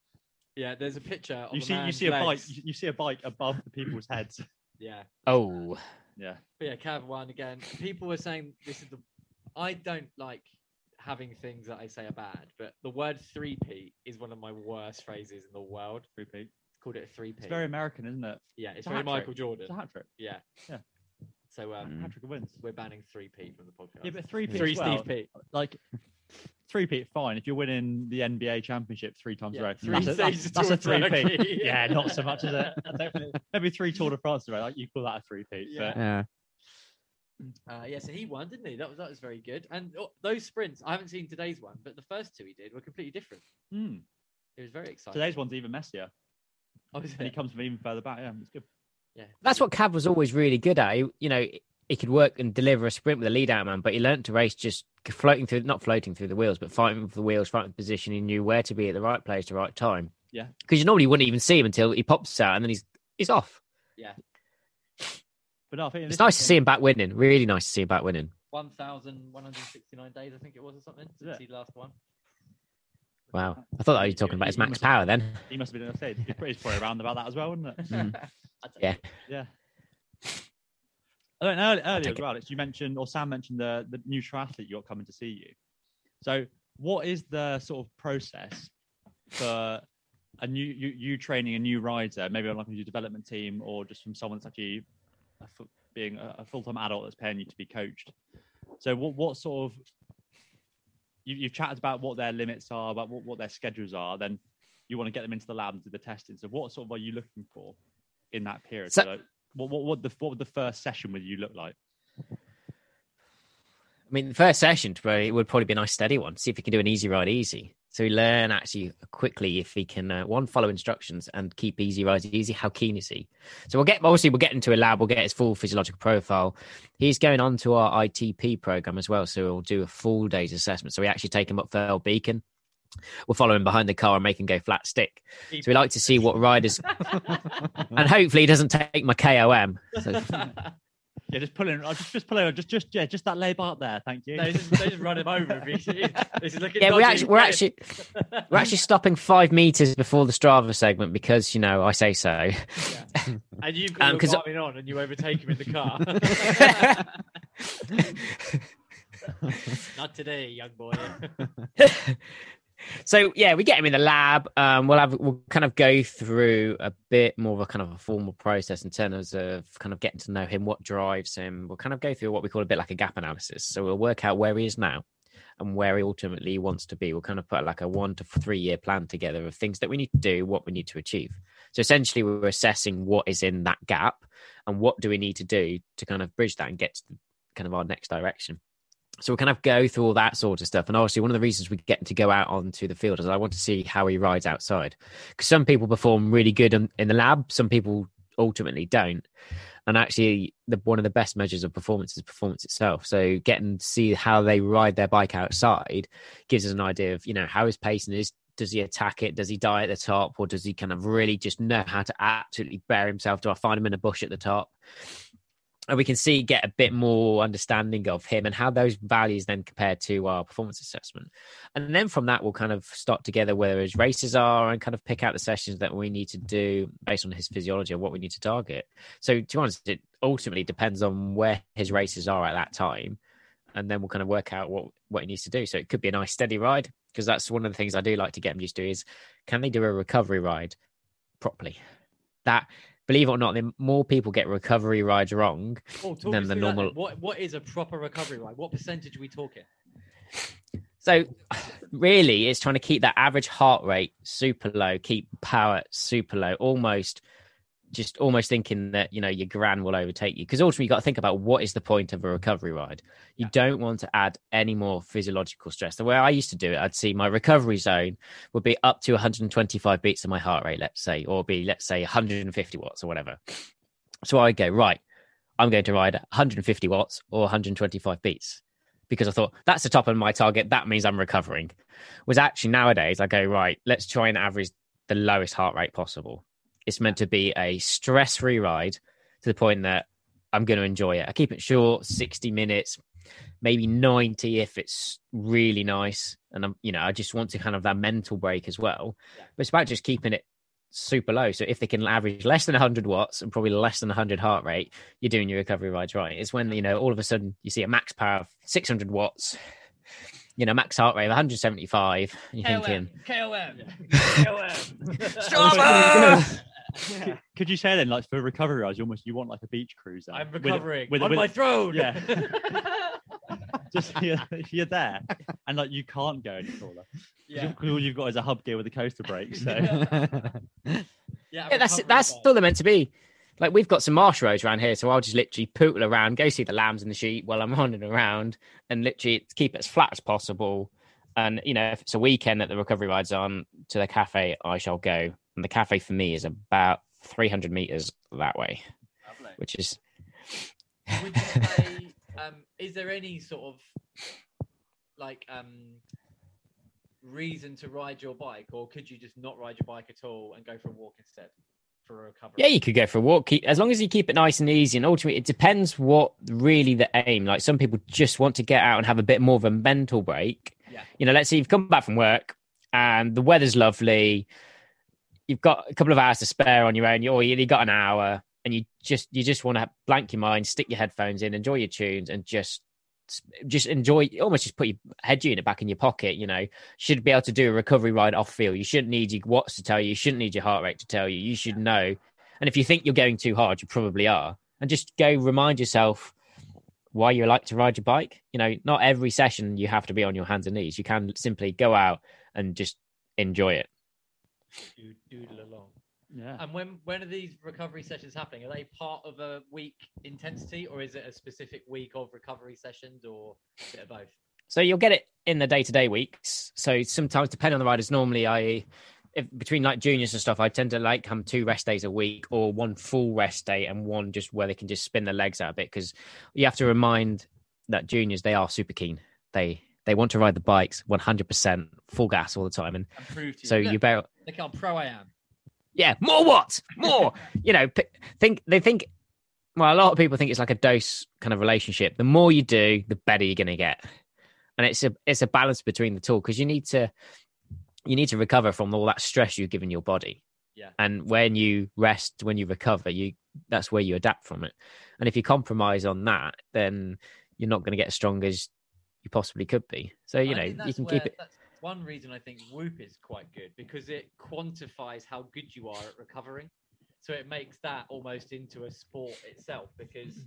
D: Yeah, there's a picture. Of
F: You
D: a
F: see, you
D: man's
F: see a bike,
D: legs.
F: you you see a bike above the people's heads.
D: Yeah.
C: oh,
F: Yeah,
D: But [laughs] yeah, Cav won again. People were saying this is the. I don't like having things that I say are bad, but the word three P is one of my worst phrases in the world.
F: three peak.
D: Called it a three P.
F: It's very American, isn't it?
D: yeah, it's
F: a
D: very
F: hat trick.
D: Michael Jordan.
F: It's a hat trick.
D: Yeah.
F: Yeah.
D: So um,
E: Mm.
F: Hat trick of wins.
D: we're banning three P from the podcast.
F: Yeah, but three peak.
D: three
F: as well,
D: Steve P.
F: Like three peak, fine. If you're winning the NBA championship three times
D: Yeah,
F: a row,
D: three
F: that's a, that's,
D: stages
F: that's a
D: Tour
F: three
D: of [laughs]
F: peak.
D: Turkey.
F: yeah, not so much
D: [laughs]
F: as a I don't think- maybe three Tour de France in a row. Like you call that a three peak?
D: Yeah.
E: Yeah.
D: Uh, yeah, so he won, didn't he? That was that was very good. And oh, those sprints, I haven't seen today's one, but the first two he did were completely different.
F: But mm,
D: It was very exciting.
F: today's one's even messier,
D: Oh, [laughs] is
F: and he
D: it?
F: comes from even further back. Yeah, it's good.
D: yeah,
C: that's what Cav was always really good at. He, you know, he could work and deliver a sprint with a lead out man, but he learnt to race just floating through, not floating through the wheels, but fighting for the wheels, fighting for position. He knew where to be at the right place, at the right time.
F: Yeah.
C: because you normally wouldn't even see him until he pops out, and then he's he's off.
F: But no, I think
C: It's nice to see him back winning. Really nice to see him back winning.
D: one thousand one hundred sixty-nine days, I think it was, or something
F: Is
D: since he last won.
C: Wow, I thought that you were talking about his max power then.
F: He must have been upset. He's pretty- he's probably around about that as well, wouldn't it?
E: Mm.
D: [laughs] I don't-
C: Yeah.
F: Yeah. I don't know, earlier, earlier
C: take
F: as well, Alex, you mentioned, or Sam mentioned the, the new triathlete you got coming to see you. So, what is the sort of process for a new you, you training a new rider, maybe on like a new development team, or just from someone that's actually a, fu- being a, a full time adult that's paying you to be coached? So, what what sort of you, you've chatted about what their limits are, about what, what their schedules are. Then you want to get them into the lab and do the testing. So, what sort of are you looking for in that period?
C: So-
F: So, like, what what what the what would the first session with you look like?
C: I mean, the first session probably, it would probably be a nice steady one. See if he can do an easy ride easy. So we learn actually quickly if he can uh, one follow instructions and keep easy rides easy. How keen is he? So we'll get obviously we'll get into a lab. We'll get his full physiological profile. He's going on to our ITP program as well. So we'll do a full day's assessment. So we actually take him up Fell Beacon. We'll follow him behind the car and make him go flat stick. So we like to see what riders [laughs] and hopefully he doesn't take my KOM.
F: [laughs]
C: So
F: Yeah, just pulling. I just just pulling. Just just yeah, just that lay out there. Thank [laughs] you.
D: they, just, they just run him over. If he, this is looking
C: yeah, we're
D: dodgy.
C: actually we're
D: Get him.
C: actually we're actually stopping five meters before the Strava segment because you know I say so.
D: and you've got
C: Um,
D: um,
C: 'cause-
D: your on, and you overtake him in the car.
C: [laughs]
D: Not today, young boy.
C: so So yeah, we get him in the lab. Um, we'll have we'll kind of go through a bit more of a kind of a formal process in terms of kind of getting to know him, what drives him. We'll kind of go through what we call a bit like a gap analysis. So we'll work out where he is now and where he ultimately wants to be. We'll kind of put like a one to three year plan together of things that we need to do, what we need to achieve. So essentially, we're assessing what is in that gap and what do we need to do to kind of bridge that and get to kind of our next direction. So we kind of go through all that sort of stuff. And obviously, one of the reasons we get to go out onto the field is I want to see how he rides outside. Because some people perform really good in, in the lab, some people ultimately don't. And actually, the, one of the best measures of performance is performance itself. So getting to see how they ride their bike outside gives us an idea of you know how his pacing is. Does he attack it? Does he die at the top, or does he kind of really just know how to absolutely bear himself? Do I find him in a bush at the top? And we can see get a bit more understanding of him and how those values then compare to our performance assessment. And then from that, we'll kind of start together where his races are and kind of pick out the sessions that we need to do based on his physiology and what we need to target. So, to be honest, it ultimately depends on where his races are at that time and then we'll kind of work out what what he needs to do. So it could be a nice steady ride because that's one of the things I do like to get them used to is can they do a recovery ride properly? That believe it or not, the more people get recovery rides wrong.
D: Oh, talk
C: Than
D: us
C: the
D: through that
C: normal-
D: then. What what is a proper recovery ride? What percentage are we talking?
C: So really, it's trying to keep that average heart rate super low, keep power super low, almost just almost thinking that you know your gran will overtake you because ultimately you got to think about what is the point of a recovery ride you don't want to add any more physiological stress the way i used to do it i'd see my recovery zone would be up to 125 beats of my heart rate let's say or be let's say 150 watts or whatever so i go right i'm going to ride at 150 watts or 125 beats because i thought that's the top of my target that means i'm recovering was actually nowadays i go right let's try and average the lowest heart rate possible it's meant to be a stress free ride to the point that I'm going to enjoy it. I keep it short, 60 minutes, maybe 90 if it's really nice. And I'm, you know, I just want to kind of that mental break as well. But it's about just keeping it super low. So if they can average less than 100 watts and probably less than 100 heart rate, you're doing your recovery rides right. It's when, you know, all of a sudden you see a max power of 600 watts, you know, max heart rate of 175. You're
D: Oh,
C: thinking,
D: KOM.
C: [laughs]
F: Could, could you say then, like for recovery rides, you almost you want like a beach cruiser?
D: I'm
F: with-
D: recovering
F: with,
D: on
F: with-
D: my throne.
F: Yeah. just [laughs] you're, you're there, and like you can't go any taller.
D: [laughs] yeah.
F: Because all you've got is a hub gear with a coaster brake. So [laughs]
E: [laughs]
D: Yeah,
C: yeah, that's
D: recovery
C: that's
D: ride.
C: all they're meant to be. Like we've got some marsh roads around here, so I'll just literally pootle around, go see the lambs and the sheep while I'm [laughs] running around, and literally keep it as flat as possible. And you know, if it's a weekend that the recovery ride's on, to the cafe I shall go, and the cafe for me is about 300 meters that way,
D: Lovely.
C: which is
D: Would you say, um, is there any sort of like um, reason to ride your bike, or could you just not ride your bike at all and go for a walk instead for a recovery?
C: Yeah, you could go for a walk. Keep, as long as you keep it nice and easy. And ultimately, it depends what really the aim. Like some people just want to get out and have a bit more of a mental break.
D: Yeah.
C: You know, let's say you've come back from work and the weather's lovely. You've got a couple of hours to spare on your own, or you- you've got an hour, and you just you just want to blank your mind, stick your headphones in, enjoy your tunes, and just just enjoy. Almost just put your head unit back in your pocket. You know, should be able to do a recovery ride off field. You shouldn't need your watts to tell you. You shouldn't need your heart rate to tell you. You should know and if you think you're going too hard, you probably are. And just go remind yourself why you like to ride your bike. You know, not every session you have to be on your hands and knees. You can simply go out and just enjoy it.
D: You doodle along.
C: Uh.
F: yeah,
D: And when when are these recovery sessions happening? Are they part of a week intensity, or is it a specific week of recovery sessions, or a bit of both?
C: So you'll get it in the day to day weeks. So sometimes, depending on the riders, normally I, if, between like juniors and stuff, I tend to like come two rest days a week or one full rest day and one just where they can just spin their legs out a bit because you have to remind that juniors they are super keen. They they want to ride the bikes 100% full gas all the time, and
D: And prove to
C: so
D: you,
C: you
D: look,
C: better
D: look how pro I am.
C: yeah, more what?
D: [laughs]
C: More. you know, p- think they think. Well, a lot of people think it's like a dose kind of relationship. The more you do, the better you're going to get, and it's a it's a balance between the two because you need to you need to recover from all that stress you've given your body.
D: Yeah.
C: And when you rest, when you recover, you that's where you adapt from it. And if you compromise on that, then you're not going to get as strong as you possibly could be. So you
D: I
C: know
D: think
C: you
D: that's
C: can
D: where-
C: keep it.
D: That's, one reason I think Whoop is quite good because it quantifies how good you are at recovering. So it makes that almost into a sport itself because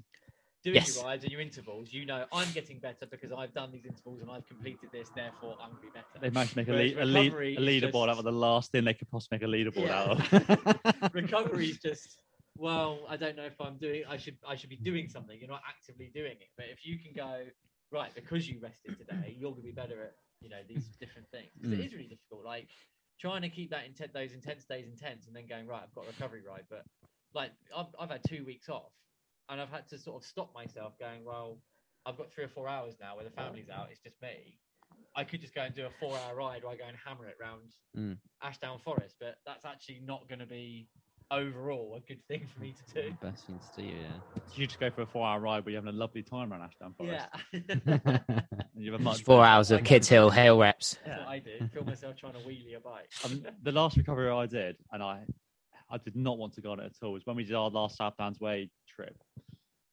D: doing
C: Yes.
D: your rides and your intervals, you know, I'm getting better because I've done these intervals and I've completed this, therefore I'm going to be better.
F: [laughs] They managed to make a,
D: Whereas
F: lead, a, lead,
D: recovery
F: a
D: is just-
F: leaderboard out of the last thing they could possibly make a leaderboard
D: Yeah.
F: out of.
D: [laughs]
F: [laughs]
D: recovery is just well i don't know if i'm doing i should i should be doing something you're not actively doing it but if you can go right because you rested today you're going to be better at you know these different things 'Cause
E: Mm.
D: it is really difficult like trying to keep that intent those intense days intense and then going right i've got a recovery ride but like I've, I've had two weeks off and i've had to sort of stop myself going well i've got three or four hours now where the family's out it's just me i could just go and do a four hour ride where i go and hammer it round
E: Mm.
D: ashdown forest but that's actually not going to be overall a good thing for me to
F: [laughs]
D: do
E: Best thing to do, yeah.
F: you just go for a four-hour ride where you're having a lovely time around Ashdown Forest.
D: yeah
F: And you have
C: It's
F: a much
C: four hours of
D: like-
C: Kids Hill hail reps.
D: [laughs] That's what I
F: [laughs]
D: do. Feel myself trying to wheelie a bike.
F: um, the last recovery I did, and I, I did not want to go on it at all. Was when we did our last Southbound's Way trip,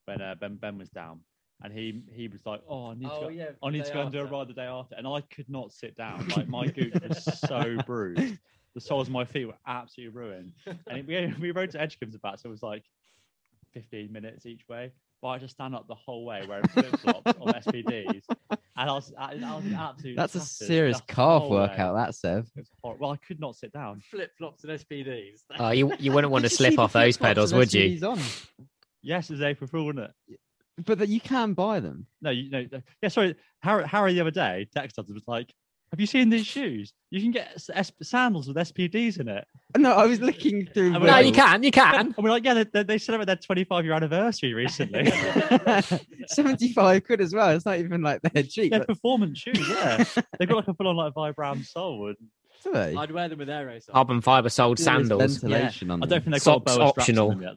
F: when uh, Ben Ben was down, and he he was like, "Oh, I need to
D: oh
F: go,
D: yeah.
F: I need
D: the
F: to
D: day
F: go and do a
D: after.
F: ride the day after," and I could not sit down. Like my goop was
E: [laughs]
F: so bruised, the soles of my feet were absolutely ruined. And it, we [laughs] we rode to Edgecombe's about, so it was like fifteen minutes each way. But I just stand up the whole way wearing flip flops on SPDs, and I was, I, I
E: [laughs]
F: was absolutely.
E: That's a
F: tattered
E: serious
F: the
E: calf
F: whole uh, way.
E: workout, that, Sev.
F: It was horrible. Well, I could not sit down.
D: Flip flops and
F: [laughs]
D: SPDs.
C: Oh, you you wouldn't want to
E: [laughs] Did you see
C: slip
E: the
C: off those
E: flip-flops
C: pedals,
E: and
C: would you?
E: SUVs on?
F: Yes, it's April Fool, isn't it?
E: But that you can buy them.
F: No, you know. Yeah, sorry. Harry, Harry the other day texted us and was like, "Have you seen these shoes? You can get s- S- sandals with SPDs in it."
E: No, I was looking through.
F: I mean,
C: No, you
E: Will's.
C: can, you can.
F: And we're like, "Yeah, they, they, they celebrated their 25 year anniversary recently.
E: 75 quid as well. It's not even like they're cheap.
F: They're
E: but-
F: performance shoes. Yeah, they've got like a full on like Vibram sole. And
E: do they?
D: [laughs] I'd wear them with aero socks.
C: [laughs] Carbon fiber sold
E: There's
C: sandals.
E: ventilation on
F: I
E: them.
F: don't think they've got
C: Hmm. Socks
F: boa straps on
C: optional.
F: them yet,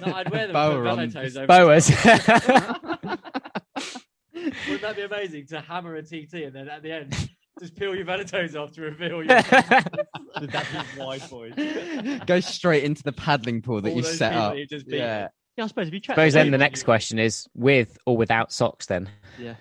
F: though.
D: No, I'd wear them
E: Boa
D: with
E: on.
D: vello toes over.
C: Boas. [laughs]
D: Wouldn't that be amazing to hammer a TT and then at the end just peel your vello toes off to reveal your
F: With [laughs] that big wide boys.
E: [laughs] Go straight into the paddling pool that
D: all
E: you
D: those
E: set
D: people
E: up.
D: that you've just beaten. [laughs]
E: Yeah.
F: Yeah, I suppose if you check.
C: suppose then the
F: label,
C: next
F: you-
C: question is with or without socks then?
F: Yeah.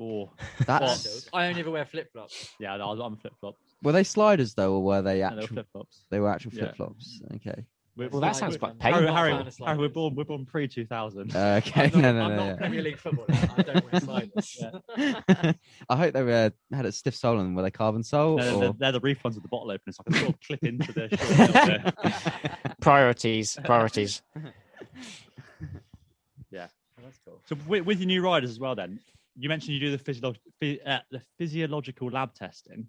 F: Oh,
E: That's
D: Sandals. I only ever wear flip flops.
F: yeah. No, I'm flip flops.
E: were they sliders though, or were they
F: Yeah, they're
E: actual?
F: flip flops.
E: They were actual
F: Yeah.
E: flip flops. Okay.
C: Well, that sounds quite painful. Uh,
F: Harry,
D: I'm not a
F: Harry,
D: fan of
F: Harry, we're
D: sliders.
F: born, we're born pre 2000.
E: Uh, Okay.
D: I'm not,
E: No, no,
D: I'm
E: no.
D: not
E: yeah.
D: Premier League footballer. I don't wear sliders.
F: Yeah.
E: [laughs] I hope they were, had a stiff sole on them. Were they carbon sole?
F: No, no,
E: or...
F: they're, they're the brief ones with the bottle opener, so I can sort of clip
C: [laughs]
F: into their short belt there.
C: Priorities, priorities.
D: Oh, that's cool.
F: So with, with your new riders as well, then you mentioned you do the physiolog- phy- uh, the physiological lab testing.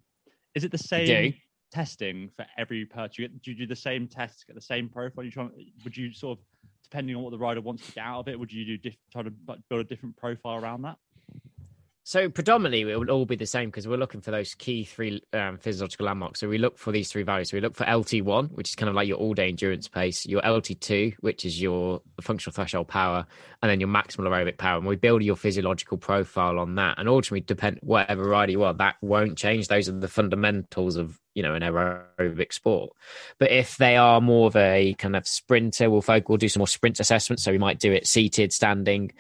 F: Is it the same
C: do.
F: testing for every purchase? You get- Do you do the same test, get the same profile? You trying? Would you sort of, depending on what the rider wants to get out of it, would you do diff- try to bu- build a different profile around that?
C: So predominantly it will all be the same because we're looking for those key three um, physiological landmarks. So we look for these three values. So we look for LT1, which is kind of like your all-day endurance pace, your LT2, which is your functional threshold power, and then your maximal aerobic power. And we build your physiological profile on that. And ultimately, depend whatever rider you are, that won't change. Those are the fundamentals of you know an aerobic sport. But if they are more of a kind of sprinter, we'll focus, we'll do some more sprint assessments. So we might do it seated, standing,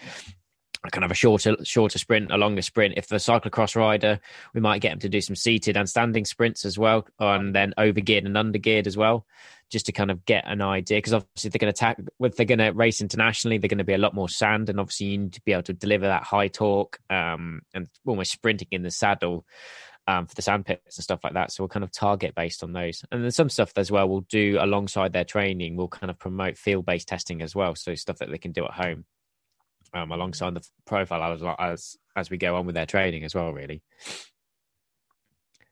C: a kind of a shorter shorter sprint, a longer sprint. If the cyclocross rider, we might get them to do some seated and standing sprints as well, and then over geared and under geared as well, just to kind of get an idea. Because obviously they're going to tack, if they're going to race internationally, they're going to be a lot more sand, and obviously you need to be able to deliver that high torque um, and almost sprinting in the saddle. Um, for the sand pits and stuff like that, so we'll kind of target based on those, and then some stuff as well we'll do alongside their training. We'll kind of promote field based testing as well, so stuff that they can do at home um, alongside the f- profile as as as we go on with their training as well, really.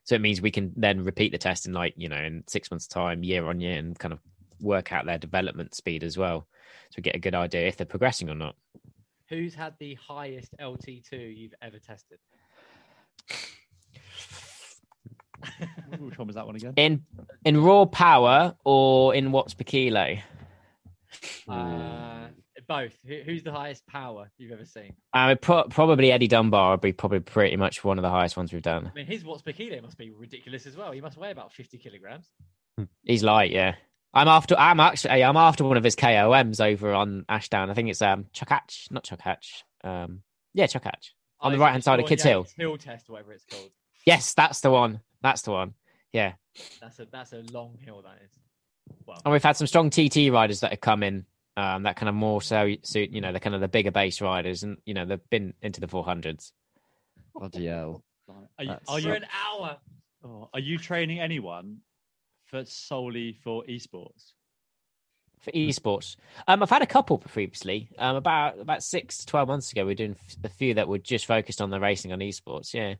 C: So it means we can then repeat the test in like you know in six months' time, year on year, and kind of work out their development speed as well, so we get a good idea if they're progressing or not.
D: Who's had the highest LT2 you've ever tested?
F: Which one was that one again?
C: In in raw power or in watts per kilo?
D: Uh, both. Who, who's the highest power you've ever seen?
C: Um, pro- probably Eddie Dunbar would be probably pretty much one of the highest ones we've done.
D: I mean, his watts per kilo must be ridiculous as well. He must weigh about 50 kilograms.
C: He's light, yeah. I'm after. I'm actually. I'm after one of his KOMs over on Ashdown. I think it's um Chuck Hatch, not Chuck Hatch. Um, yeah, Chuck Hatch. On the
D: it's-
C: right-hand
D: it's
C: side of
D: called
C: Kids
D: the
C: Hill.
D: Yates Hill test, whatever it's called.
C: Yes, that's the one. That's the one. Yeah.
D: That's a that's a long hill. That is. Well,
C: And we've had some strong TT riders that have come in, um, that kind of more so suit, you know, the kind of the bigger base riders, and you know they've been into the 400s.
E: Bloody hell.
F: Are you,
E: That's-
F: are
D: for
F: you
D: an hour.
F: oh, are you training anyone for solely for esports?
C: for
F: Hmm.
C: esports. Um, I've had a couple previously. Um, about about six to twelve months ago, we were doing f- a few that were just focused on the racing on esports. Yeah,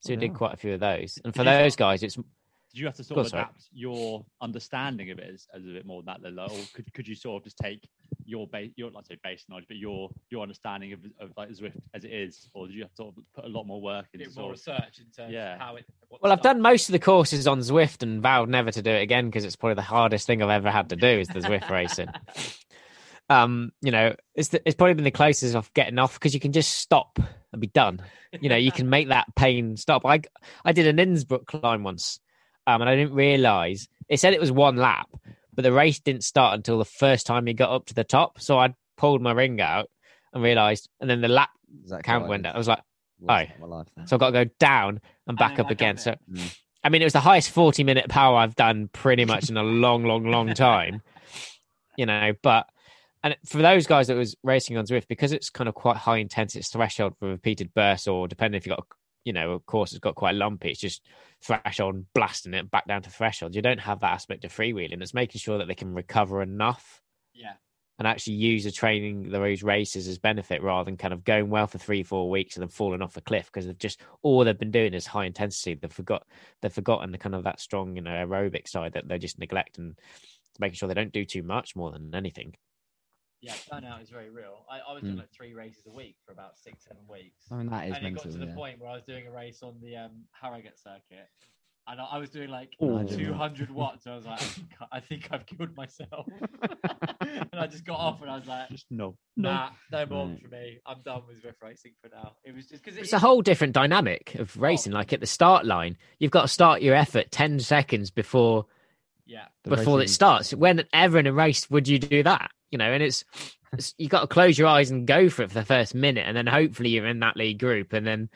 C: so we
E: Yeah.
C: did quite a few of those. And for
F: Did you-
C: those guys, it's
F: Did you have to
C: Go
F: sort
C: on,
F: of
C: sorry.
F: adapt your understanding of it as, as a bit more than that, Lola, or could, could you sort of just take your base, your like say base knowledge, but your your understanding of, of like Zwift as it is, or did you have to sort of put a lot more work into
D: Bit more
F: sort of,
D: research in terms
F: Yeah.
D: of how it. what
C: well, I've
D: stuff-
C: done most of the courses on Zwift and vowed never to do it again because it's probably the hardest thing I've ever had to do is the Zwift racing. Um, you know, it's the, it's probably been the closest of getting off because you can just stop and be done. you know you can make that pain stop i i did an innsbruck climb once um and i didn't realize it said it was one lap but the race didn't start until the first time you got up to the top so i pulled my ring out and realized and then the lap
E: Exactly
C: count
E: what
C: went
E: did.
C: down i was like
E: Worst night of my life there.
C: so i've got to go down and back
D: then
C: up
D: back up
C: again
D: it.
C: so
E: Mm.
C: i mean it was the highest 40 minute power i've done pretty much in a long long long time you know but and for those guys that was racing on Zwift, because it's kind of quite high intensity threshold for repeated bursts, or depending if you've got, a- you know, a course that's got quite lumpy, it's just threshold and blasting it back down to threshold. You don't have that aspect of freewheeling. It's making sure that they can recover enough
D: Yeah.
C: and actually use the training those races as benefit rather than kind of going well for three, four weeks and then falling off a cliff because they've just all they've been doing is high intensity. They've forgot they've forgotten the kind of that strong, you know, aerobic side that they just neglect and making sure they don't do too much more than anything.
D: Yeah, burnout is very real. I, I was
E: Mm.
D: doing like three races a week for about six, seven weeks.
E: I mean, that is
D: and it
E: Oh, mental.
D: got to the
E: yeah.
D: point where I was doing a race on the um, Harrogate circuit, and I, I was doing like
E: Ooh.
D: 200 watts. And I was like, I think, I think I've killed myself. [laughs] and I just got off, and I was like,
F: just no, no.
D: Nah, no more
E: Right.
D: for me. I'm done with riff racing for now. It was just because
C: It's a whole different dynamic
E: Oh.
C: of racing. Like at the start line, you've got to start your effort ten seconds before
D: yeah.
E: The
C: before it
E: racing-
C: starts. Whenever in a race would you do that? You know, and it's, it's you got to close your eyes and go for it for the first minute, and then hopefully you're in that league group, and then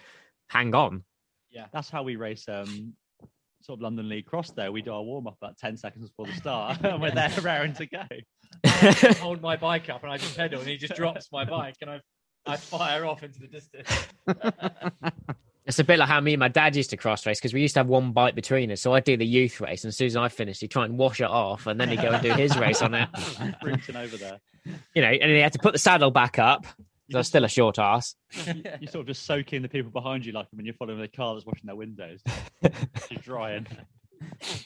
C: hang on. [laughs]
F: That's how we race um sort of London League Cross. There, we do our warm up about ten seconds before the start, [laughs] and we're there raring to go.
D: I hold my bike up and I just pedal, and he just drops my bike, and I I fire off into the distance.
C: It's a bit like how me and my dad used to cross race because we used to have one bike between us. So I'd do the youth race, and as soon as I finished, he'd try and wash it off, and then he'd go and do his race on it.
F: Rooting over there.
C: You know, and he had to put the saddle back up. 'cause I was still a short ass.
F: You sort of just soak in the people behind you, like when you're following the car that's washing their windows. You're drying.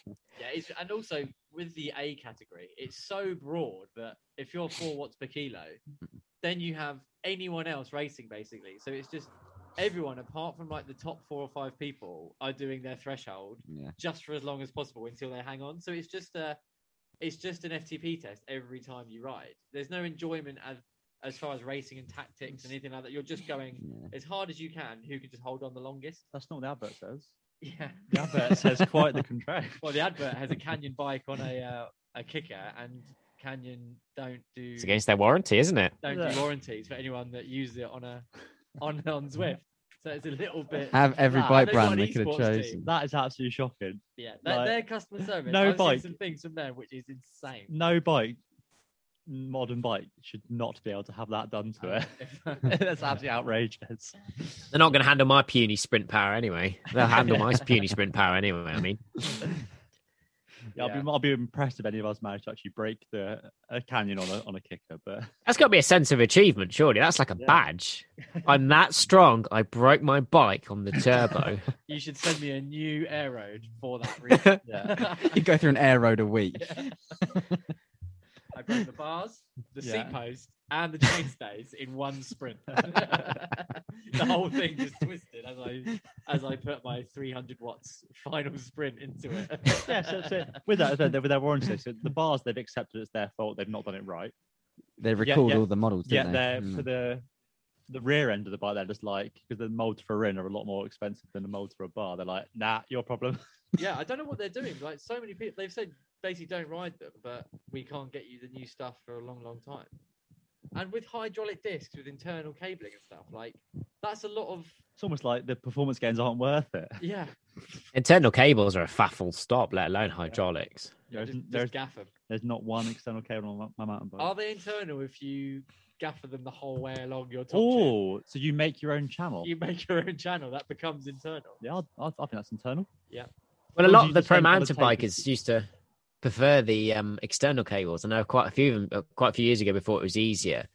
D: Yeah, it's, and also with the A category, it's so broad that if you're four watts per kilo, then you have anyone else racing basically. So it's just everyone apart from like the top four or five people are doing their threshold
E: Yeah.
D: just for as long as possible until they hang on. So it's just a, it's just an FTP test every time you ride. There's no enjoyment as as far as racing and tactics and anything like that. You're just going
E: yeah.
D: as hard as you can. Who can just hold on the longest?
F: That's not what the advert says.
D: Yeah.
F: The advert says quite the contrary.
D: Well, the advert has a Canyon bike on a uh, a kicker, and Canyon don't do
C: It's against their warranty, isn't it?
D: don't
F: Yeah.
D: do warranties for anyone that uses it on a on on Zwift. So it's a little
E: [laughs]
D: bit.
E: Have every
D: Nah,
E: bike
D: they've got
E: brand
D: an
E: they could have
D: esports team.
E: chosen.
F: That is absolutely shocking.
D: Yeah, their,
F: like,
D: their customer service.
F: no
D: I've
F: bike.
D: Seen some things from them, which is
F: [laughs]
D: insane.
F: No bike, modern bike, should not be able to have that done to it.
D: uh,
F: [laughs] That's absolutely outrageous.
C: They're not going to handle my puny sprint power anyway. They'll handle my puny sprint power anyway. I mean,
F: Yeah, I'll, be, I'll be impressed if any of us manage to actually break the a canyon on a, on a kicker. But [laughs]
C: that's got to be a sense of achievement, surely. That's like a
F: Yeah.
C: badge. I'm that strong. I broke my bike on the turbo.
D: You should send me a new air road for that reason.
F: [laughs] yeah,
D: [laughs]
E: You go through an air road a week.
D: I broke the bars, the
F: Yeah.
D: seat post, and the chain stays in one sprint. [laughs] the whole thing just twisted as I as I put my 300 watts final sprint into it.
F: [laughs] yeah. So, so with that, with their- with their warranty, so the bars they've accepted it's their fault. They've not done it right.
E: They
F: Yeah,
E: record
F: yeah.
E: all the models,
F: Yeah,
E: didn't
F: they're
E: they? Hmm.
F: for the the rear end of the bike. They're just like because the molds for a ring are a lot more expensive than the molds for a bar. They're like, nah, your problem. [laughs]
D: yeah, I don't know what they're doing. Like so many people, they've said basically don't ride them, but we can't get you the new stuff for a long, long time. And with hydraulic discs with internal cabling and stuff, like that's a lot of
F: It's almost like the performance gains aren't worth it.
D: yeah.
C: Internal cables are a faffle stop, let alone hydraulics.
D: Yeah,
F: There's-
D: just,
F: there's-
D: just gaff 'em.
F: There's not one external cable on my- my mountain bike.
D: Are they internal if you gaffer them the whole way along your top? tube?
F: Oh, so you make your own channel?
D: You make your own channel that becomes internal.
F: Yeah, I, I, I think that's internal.
C: Well, a
F: Or
C: lot
F: do
C: of
F: you
C: the
F: just hang
C: pro
F: it on the
C: mountain
F: tape and
C: bikers used to prefer the um, external cables. I know quite a few of them, uh, quite a few years ago before it was easier,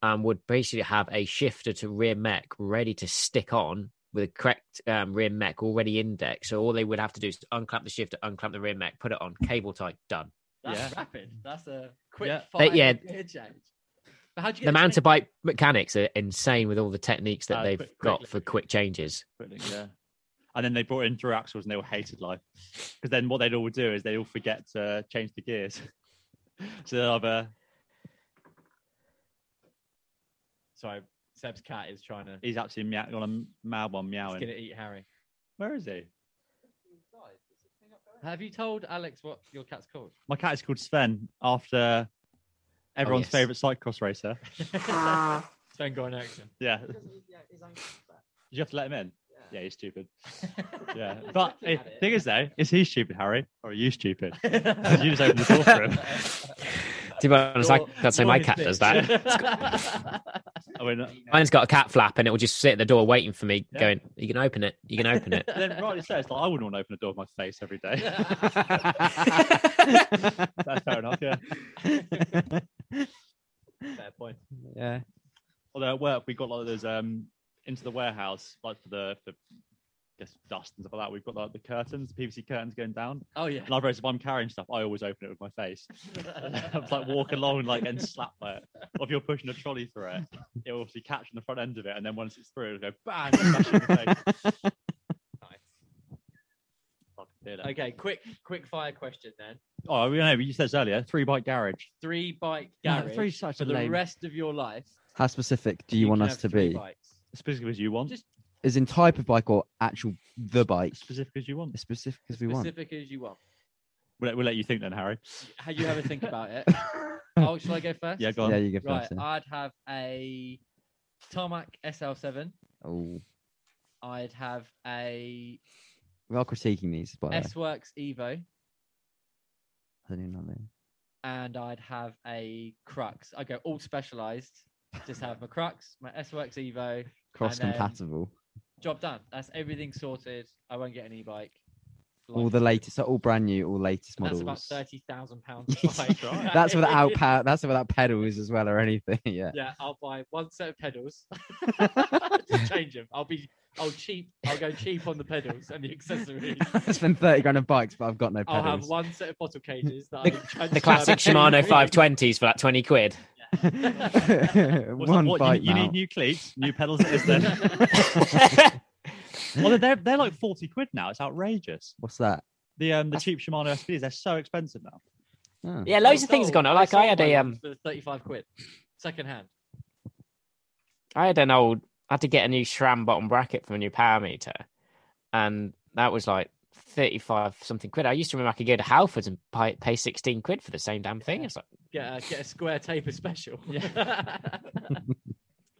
C: um, would basically have a shifter to rear mech ready to stick on with a correct um, rear mech already indexed. So all they would have to do is unclamp the shifter, unclamp the rear mech, put it on, cable tight, done.
D: That's
F: Yeah.
D: rapid. That's a quick
F: Yeah.
D: fire
C: They- yeah.
D: gear change. But how'd you
C: The
D: get it to
C: mountain
D: make-
C: bike mechanics are insane with all the techniques that
F: Uh,
C: they've
F: quick-
C: got
F: quick
C: for
F: lift.
C: quick
F: [laughs]
C: changes.
F: Quickly, yeah. And then they brought in through axles and they all hated life. Because then what they'd all do is they'd all forget to change the gears. [laughs] so they'll have a,
D: Sorry, Seb's cat is trying to.
F: he's absolutely meow- on a mad one
D: He's
F: meowing.
D: going to eat Harry.
F: Where is he?
D: Have you told Alex what your cat's called?
F: [laughs]
D: [laughs]
F: My cat is called Sven after everyone's
C: yes.
F: favourite cyclocross racer.
D: Don't go on [laughs] action.
F: Yeah. Did you have to let him in? Yeah, he's stupid. Yeah.
D: [laughs]
F: But the thing is, though, is he stupid, Harry? Or are you stupid? you just
D: [laughs]
F: opened the door for him.
C: To be honest, I
D: You're-
C: can't say
D: you're
C: my
D: his
C: cat
D: bitch.
C: does that.
F: I mean, uh,
C: Mine's got a cat flap and it will just sit at the door waiting for me,
F: Yeah.
C: going, You can open it, you can open [laughs] it.
F: then rightly says, like, I wouldn't want to open the door of my face every day. [laughs] That's fair enough, yeah.
E: Hmm.
D: Fair point.
E: [laughs] yeah.
F: Although at work, we got like those um into the warehouse, like for the for I guess dust and stuff like that. We've got like the curtains, the PVC curtains going down.
D: Oh
F: [laughs]
D: yeah.
F: And I've noticed if I'm carrying stuff, I always open it with my face. [laughs] I was like walk along, like and slap by it. Or if you're pushing a trolley through it, it will obviously catch on the front end of it, and then once it's through, it'll go bang, smash you in the face. I can feel it.
D: Okay, quick, quick fire question then.
F: Oh, we know. but You said this earlier three bike garage.
D: Three bike
F: Yeah,
D: garage
F: three such
D: for
F: a
D: the
F: lame.
D: rest of your life.
E: How specific do you, want
D: can
E: us
D: have
E: to
D: three
E: be?
D: bikes.
F: specific as you want,
D: Just
E: Is in type of bike or actual the bike?
F: as specific as you want.
E: As specific as we want.
D: specific as you want.
F: We'll let, we'll let you think then, Harry.
D: How you have a think about
E: [laughs]
D: it. Oh, shall I go first?
F: Yeah, go on.
E: Yeah, you go
D: Right,
E: first. then.
D: I'd have a Tarmac SL7.
E: Oh,
D: I'd have a
E: we are critiquing these, by the way.
D: S Works Evo,
E: I didn't know that.
D: and I'd have a Crux. I go all specialized. Just have my Crux, my S Works Evo.
E: Cross
D: then-
E: compatible.
D: Job done. That's everything sorted. I won't get an e-bike.
E: All
D: Like,
E: the latest, so all brand new, all latest
D: That's
E: models.
D: about thirty thousand pounds. [laughs] bike. right?
E: [laughs] That's without power. That's without pedals as well or anything. [laughs] Yeah.
D: [laughs] Yeah, I'll buy one set of pedals. [laughs] Just change them. I'll be. I'll cheap. I'll go cheap on the pedals and the accessories.
E: [laughs] I spend thirty grand on bikes, but I've got no
D: I'll have
E: pedals.
D: one set of bottle cages. That
C: The-
D: I transfer
C: The classic
D: between
C: Shimano
D: wheels.
C: 520s for like 20 quid.
E: [laughs]
F: What's that-
E: one
F: what, you-
E: bike.
F: You, need
E: mount.
F: new cleats, new pedals. It is then.
D: [laughs]
F: well, they're they're like forty quid now. It's outrageous.
E: What's that?
F: The um the
E: That's-
F: cheap Shimano SPDs they're so expensive now.
E: Oh.
C: [laughs] Yeah, loads of things have
D: sold-
C: gone on. Like I
D: sold
C: had
D: my
C: a
D: one
C: um,
D: for thirty-five quid, second hand.
C: I had an old, I had to get a new SRAM bottom bracket from a new power meter, and that was like thirty-five something quid. I used to remember I could go to Halfords and pay, pay sixteen quid for the same damn thing. It's like
D: Get a, get a square taper special.
C: I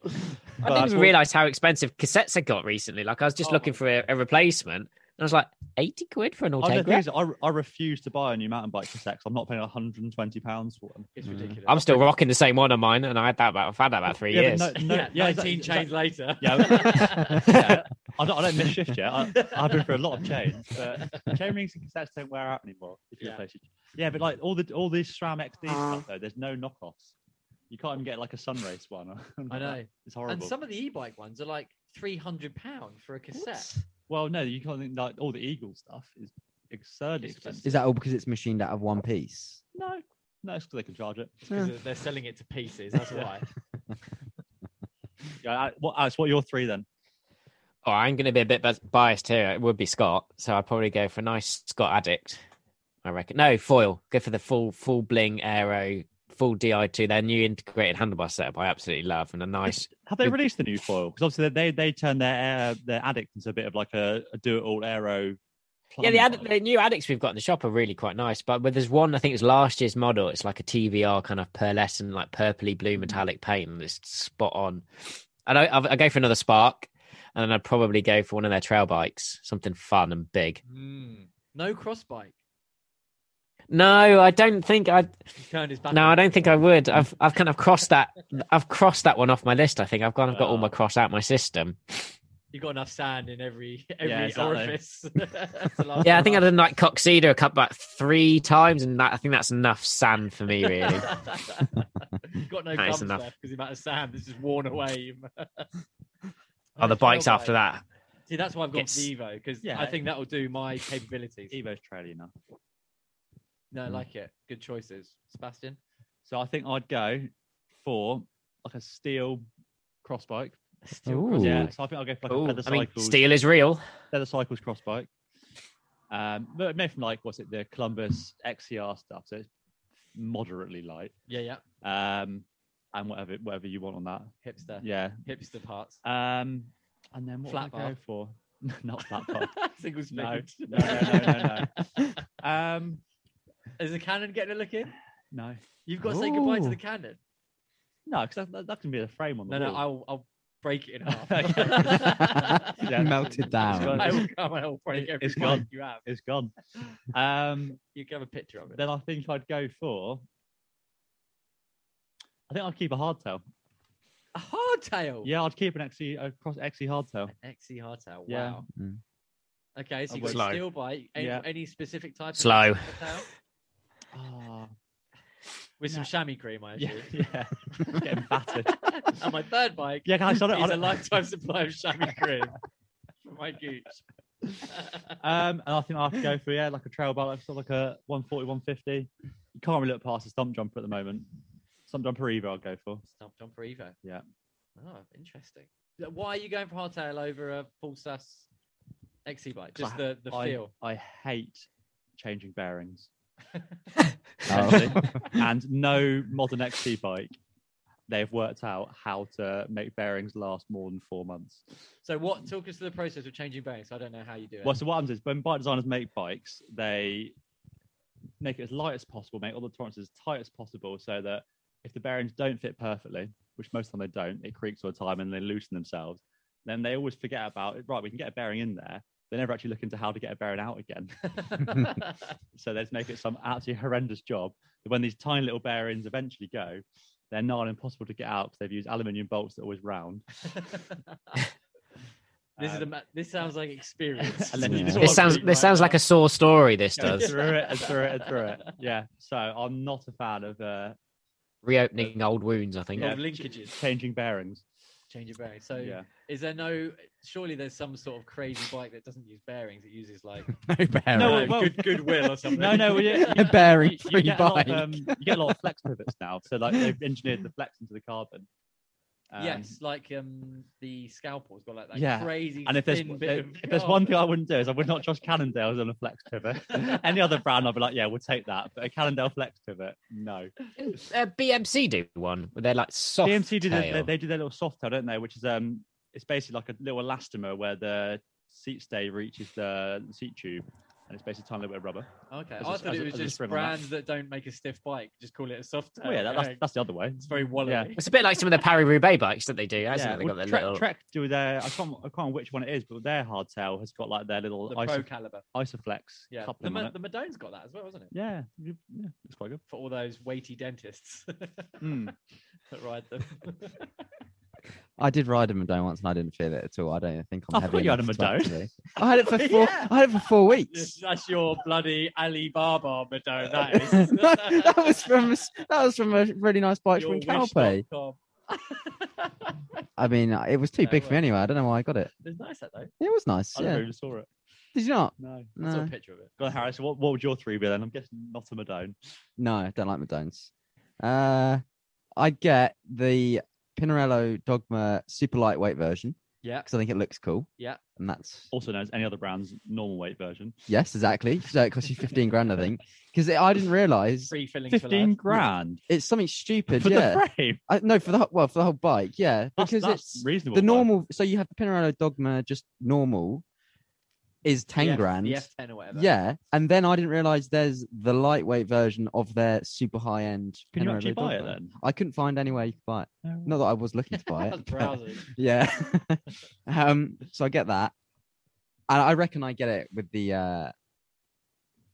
F: But
C: didn't
F: that's
C: even
F: what-
C: realize how expensive cassettes I got recently. Like I was just
D: Oh
C: looking
D: my
C: for a, a replacement, and I was like eighty quid for an
F: Oh, the thing
C: Altegra.
F: is, I, I refuse to buy a new mountain bike cassette. 'cause I'm not paying 120 pounds for one.
D: [laughs] it's
E: Mm.
D: ridiculous.
C: I'm still rocking the same one on mine, and I had that about I've had that about three
F: Yeah,
C: years.
F: but no- no-
D: [laughs] yeah,
F: yeah, exactly,
D: nineteen chains
F: exactly.
D: later.
F: Yeah. Yeah, I don't, I don't miss shift yet. I, I've been through a lot of chains, but chain rings and cassettes don't wear out anymore. If you
D: Yeah.
F: replace it. yeah, but like all the all these SRAM XD stuff though, there's no knockoffs. You can't even get like a Sunrace one. [laughs] or-
D: [laughs] I know.
F: it's horrible.
D: And some of the e-bike ones are like three hundred pound for a cassette.
F: Well, no, you can't think like all the Eagle stuff is absurdly
D: It's just-
F: expensive.
E: Is that all because it's machined out of one piece?
F: No, no, it's 'cause they can charge it.
D: Because they're selling it to pieces. That's why.
F: Yeah, I, what, Alex, what are your three then?
C: Oh, I'm going to be a bit bas- biased here. It would be Scott, so I'd probably go for a nice Scott addict. I reckon. No foil. Go for the full full bling aero, full Di2. Their new integrated handlebar setup, I absolutely love, and a nice.
F: Have they
C: It-
F: released the new foil? Because obviously they they turned their air, their addict into a bit of like a, a do it all aero.
C: yeah, the,
F: plumber.
C: ad- the new addicts we've got in the shop are really quite nice. But but there's one I think it's last year's model. It's like a TVR kind of pearlescent,
D: Mm-hmm.
C: like purpley blue metallic paint, and it's spot on. And I, I've- I go for another spark. and then I'd probably go for one of their trail bikes, something fun and big.
D: Mm. No cross bike.
C: No, I don't think I.
D: He turned his back.
C: No,
D: on
C: I
D: it.
C: don't think I would. I've I've kind of crossed that. I've crossed that one off my list. I think I've gone. I've got
D: Oh.
C: all my cross out my
D: [laughs]
C: system.
D: You've got enough sand in every every
F: exactly.
C: [laughs]
D: orifice. to last
C: Yeah, I
D: a
C: think I
D: [laughs] while.
C: did like Coxedo a couple like three times, and that I think that's enough sand for me
D: [laughs]
C: really.
D: You've got no
C: That is
D: gums
C: enough.
D: left because the amount of sand that's just worn away. [laughs]
C: Oh, the
D: Trail
C: bikes after
D: bike.
C: that.
D: See, that's why I've got
C: Yes.
D: Evo because
F: Yeah.
D: I think that will do my capabilities.
F: Evo's trail enough.
D: No, I
E: Mm.
D: like it. Good choices, Sebastian.
F: So I think I'd go for like a steel cross bike.
C: Ooh.
F: Yeah. So I think I'll go for like
C: Ooh,
F: a feather
C: I mean,
F: cycles.
C: steel is real.
F: Feather cycles cross bike. Um, but made from like what's it, the Columbus XCR stuff. So it's moderately light.
D: Yeah, yeah.
F: Um, and whatever whatever you want on that.
D: Hipster.
F: Yeah.
D: Hipster parts.
F: Um, and then what
D: Flat
F: would I go
D: bar.
F: for? [laughs] Not
D: [laughs]
F: flat bar.
D: Single speed.
F: no, no, no, no, no. Um,
D: [laughs] Is the cannon getting a look in?
F: no,
D: You've got to say goodbye to
C: Ooh.
D: the cannon.
F: no, because that, that, that can be the frame on the
D: No, no,
F: wall.
D: I'll, I'll break
F: [laughs]
D: it in half. [laughs]
F: Okay. [laughs] Yeah.
E: [laughs] Melted down.
D: I will come and I'll break
F: It-
D: every
F: it's
D: bike
F: gone.
D: you have.
F: It's gone. Um,
D: You can have a picture of it.
F: then I think I'd go for. I think I'd keep a hardtail.
D: A hardtail.
F: Yeah, I'd keep an XE a cross XE hardtail.
D: An XC hardtail.
F: Yeah.
D: Wow.
E: Mm.
D: Okay, so
F: I
D: you've got
C: would.
D: a steel bike. Any,
F: Yeah.
D: any specific type of
C: Slow.
F: [laughs]
D: hardtail? Ah.
F: Oh,
D: With some
F: No.
D: chamois cream, I
F: yeah,
D: assume. [laughs]
F: yeah. [laughs] Getting battered.
D: and my third bike
F: Yeah, guys, I don't.
D: is
F: I
D: a
F: don't
D: lifetime supply of chamois
F: [laughs]
D: cream from my gooch. [laughs]
F: um, and I think I have to go for yeah, like a trail bike, like, sort of like a 140, 150. You can't really look past a stump jumper at the moment. Stump jumper either I'd go for.
D: Stump jumper Evo.
F: Yeah.
D: Oh, interesting. Yeah, Why are you going for hardtail over a full sass XC bike?
F: 'Cause
D: Just the, the
F: I,
D: feel.
F: I hate changing
D: [laughs]
F: bearings. Um,
E: Oh.
F: and no modern XT bike, they've worked out how to make bearings last more than four months.
D: So what took us through the process of changing bearings? I don't know how you do it.
F: Well, so what happens is when bike designers make bikes, they make it as light as possible, make all the tolerances as tight as possible, so that if the bearings don't fit perfectly, which most of the time they don't, it creaks all the time and they loosen themselves. Then they always forget about it. Right, we can get a bearing in there. They never actually look into how to get a bearing out again. So let's make it some absolutely horrendous job. But When these tiny little bearings eventually go, they're not impossible to get out because they've used aluminium bolts that are always round.
D: [laughs] this is a,
F: Um,
D: ma- this sounds like
F: [laughs]
D: experience.
F: And then
E: Yeah.
F: it's all
C: This sounds
F: really
C: this sounds
F: right
D: [laughs]
C: like a sore story. This
F: now. Go
C: does
F: [laughs] Through it, and through it, and through it. Yeah. So I'm not a fan of uh,
C: reopening old wounds. I think.
D: Of
F: yeah,
D: linkages.
F: changing bearings.
D: Change of bearings. So
F: yeah.
D: is there no? Surely there's some sort of crazy bike that doesn't use bearings. It uses like
E: [laughs] no bearing.
F: No,
D: uh,
F: well-
D: good goodwill
F: [laughs]
D: or something. [laughs]
F: No, no, well, yeah,
E: [laughs] a bearing
F: You- you
E: free
F: get a lot
E: bike.
F: of, um, you get a lot of flex pivots now. So like they've engineered the flex into the carbon. Um,
D: yes, like um the scalpel's got like that
F: Yeah.
D: crazy.
F: And if there's
D: thin bit of
F: if there's one thing I
D: carbon.
F: wouldn't do is I would not trust Cannondale's on a flex [laughs] pivot. Any other brand, I'd be like, yeah, we'll take that. But a Cannondale flex pivot, no.
C: Uh, BMC do one where they're like soft.
F: BMC do their-
C: tail.
F: they, they do their little soft tail, don't they? Which is um, it's basically like a little elastomer where the seat stay reaches the seat tube, and it's basically a tiny little bit of rubber.
D: okay,
F: as
D: I
F: a-
D: thought
F: as
D: it
F: a-
D: was
F: as a
D: just
F: spring on that.
D: brands that don't make a stiff bike. Just call it a soft.
F: Oh yeah, that, that's
D: tail.
F: that's the other way.
D: it's very wallowy.
F: yeah.
C: It's a bit like some of the Paris Roubaix bikes that they do, hasn't
F: yeah,
C: it? They
F: well,
C: got their
F: Trek,
C: little.
F: Trek do their. I can't. I can't remember which one it is, but their hardtail has got like their little
D: The pro
F: iso,
D: caliber.
F: isoflex
D: Yeah, the,
F: coupling
D: Ma-
F: on it.
D: the Madone's got that as well, hasn't it?
F: Yeah, you- yeah, it's quite good.
D: For all those weighty dentists [laughs] that
F: Mm.
D: ride them.
E: I did ride a Madone once and I didn't feel it at all. I don't think I'm
F: I
E: heavy
F: thought you had a
E: enough to
F: Madone.
E: actually- I had it for
F: [laughs]
D: Yeah.
E: four. I had it for four
D: Yes,
E: weeks.
D: [laughs] That's your bloody Alibaba Madone.
F: [laughs]
D: That
E: [laughs]
D: is.
E: that
D: [laughs]
E: was from a s- that was from a really nice bike
D: Your
E: from Calpe.
D: wish.com.
E: I mean, uh, it was too
D: Yeah,
E: big
D: it
E: for me anyway. I don't know why I got it.
D: It's nice that though.
E: It was nice.
F: I never
E: Yeah.
F: even saw it.
E: Did you not?
F: No.
D: I saw a
E: No,
D: picture of it.
F: Go on, Harris. What, what would your three be then? I'm guessing not a Madone.
E: no, I don't like Madones. Uh, I get the Pinarello Dogma super lightweight version
D: Yeah.
E: because I think it looks cool.
D: Yeah.
E: and that's
F: Also known as any other brand's normal weight version.
E: yes, exactly. So it costs you fifteen
F: [laughs]
E: grand, I think, because I didn't realize
D: Free filling for
F: Fifteen
D: life.
F: grand
E: it's something stupid.
F: for
E: yeah,
F: the frame.
E: I, no, for the whole- well, for the whole bike, yeah,
F: That's,
E: because
F: that's
E: it's
F: reasonable.
E: the
F: price.
E: normal. So you have the Pinarello Dogma, just normal, is ten
D: the F-
E: grand.
D: the F10 or whatever.
E: Yeah, and then I didn't realize there's the lightweight version of their super high end.
F: Can you actually buy it then?
E: I couldn't find anywhere you could buy it. Not that I was looking to
D: [laughs] I
E: buy
D: was
E: it. but-
D: browsing.
E: [laughs] yeah. um. So I get that, and I reckon I get it with the uh,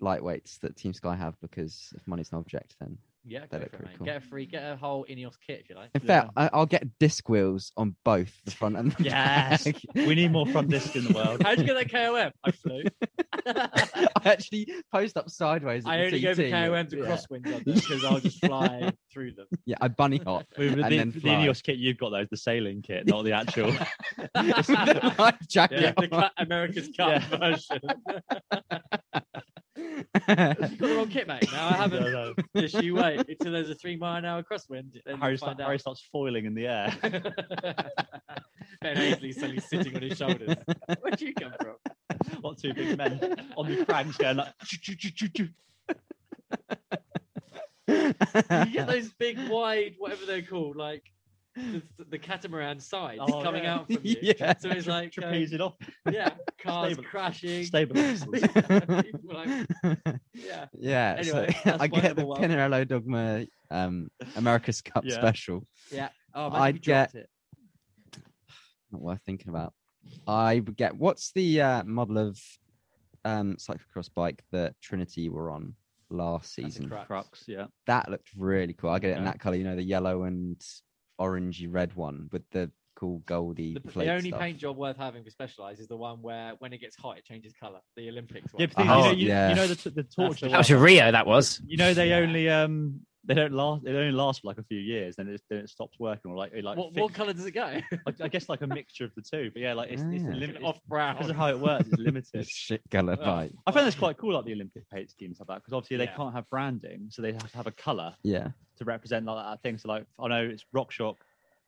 E: lightweights that Team Sky have because if money's an object, then
D: Yeah, go for
E: That looked
D: it,
E: pretty
D: mate.
E: cool.
D: Get a free, get a whole Ineos kit if you like.
E: in fact I, I'll get disc wheels on both the front
D: [laughs]
E: and the
F: Yes.
E: back.
F: We need more front disc in the world.
D: How'd you get that KOM? I flew.
E: [laughs]
D: [laughs]
E: I actually post up sideways. At
D: I
E: the
D: only gave the
E: TT.
D: KOM to
E: yeah.
D: crosswinds on them because I was just flying through them.
E: [laughs] Yeah, I bunny
D: [laughs]
E: hop.
F: We- the,
E: and then
F: the
E: fly.
F: Ineos kit you've got though is the sailing kit, not the actual.
E: [laughs]
F: [laughs]
E: The life jacket
D: Yeah,
E: on.
D: the
E: [laughs]
D: cut, America's Cup
F: Yeah.
D: version. you [laughs] got the wrong kit, mate. Now I haven't.
E: [laughs]
F: No, no.
D: Just you wait until there's a three mile an hour crosswind. Then
F: Harry,
D: Harry
F: sta-
D: find
F: Harry
D: out.
F: starts foiling in
D: [laughs]
F: the air.
D: ben Ainsley suddenly sitting on his
E: [laughs]
D: shoulders. Where'd you come from?
F: What two big men on the cranks going like. "Choo-choo-choo-choo-choo."
D: [laughs] You get those big, wide, whatever they're called, like the, the catamaran sides
F: Oh,
D: coming
F: yeah.
D: out from you.
E: [laughs] Yeah.
D: So it's like, uh,
F: Trapeze it off. [laughs]
D: yeah, cars
F: Stable- [laughs]
D: crashing. [laughs]
F: Stabilize.
D: People like, yeah.
E: yeah.
D: Anyway,
E: [laughs] so
D: that's my
E: I get
D: number
E: the
D: one.
E: Pinarello Dogma um, America's Cup
F: Yeah.
E: special.
D: Oh, imagine
E: I'd
D: we dropped it.
E: Not worth thinking about. I would get what's the uh, model of um, cyclocross bike that Trinity were on last
D: That's a
E: season?
D: crux.
F: Crux, yeah.
E: That looked really cool. I get it in
F: Okay.
E: that color, you know, the yellow and orangey red one with the cool goldy.
D: The, the
E: flake
D: only
E: stuff. [laughs]
D: paint job worth having for Specialized is the one where when it gets hot, it changes color. The Olympics one.
F: Yeah, but you,
C: Oh,
F: know, you,
E: yeah.
F: you know the, t- the torch.
D: the
F: as
C: That was
F: well.
C: a Rio. That was.
F: You know they only um they don't last. They only last for like a few years, then it, then it stops working. Or like it like
D: what,
F: fix-
D: what color does it
F: [laughs]
D: go?
F: I, I guess like a mixture of the two. But yeah, like it's, it's
E: Ah.
F: limited.
D: Off
F: Because
D: brown.
F: of how it works, it's
D: [laughs]
F: limited.
E: Shit color
F: Oh.
E: bike.
F: I find that's quite cool, like the Olympic paint schemes like that, because obviously they
D: Yeah.
F: can't have branding, so they have to have a color
E: Yeah.
F: to represent like that thing. So like I know it's Rock Shock.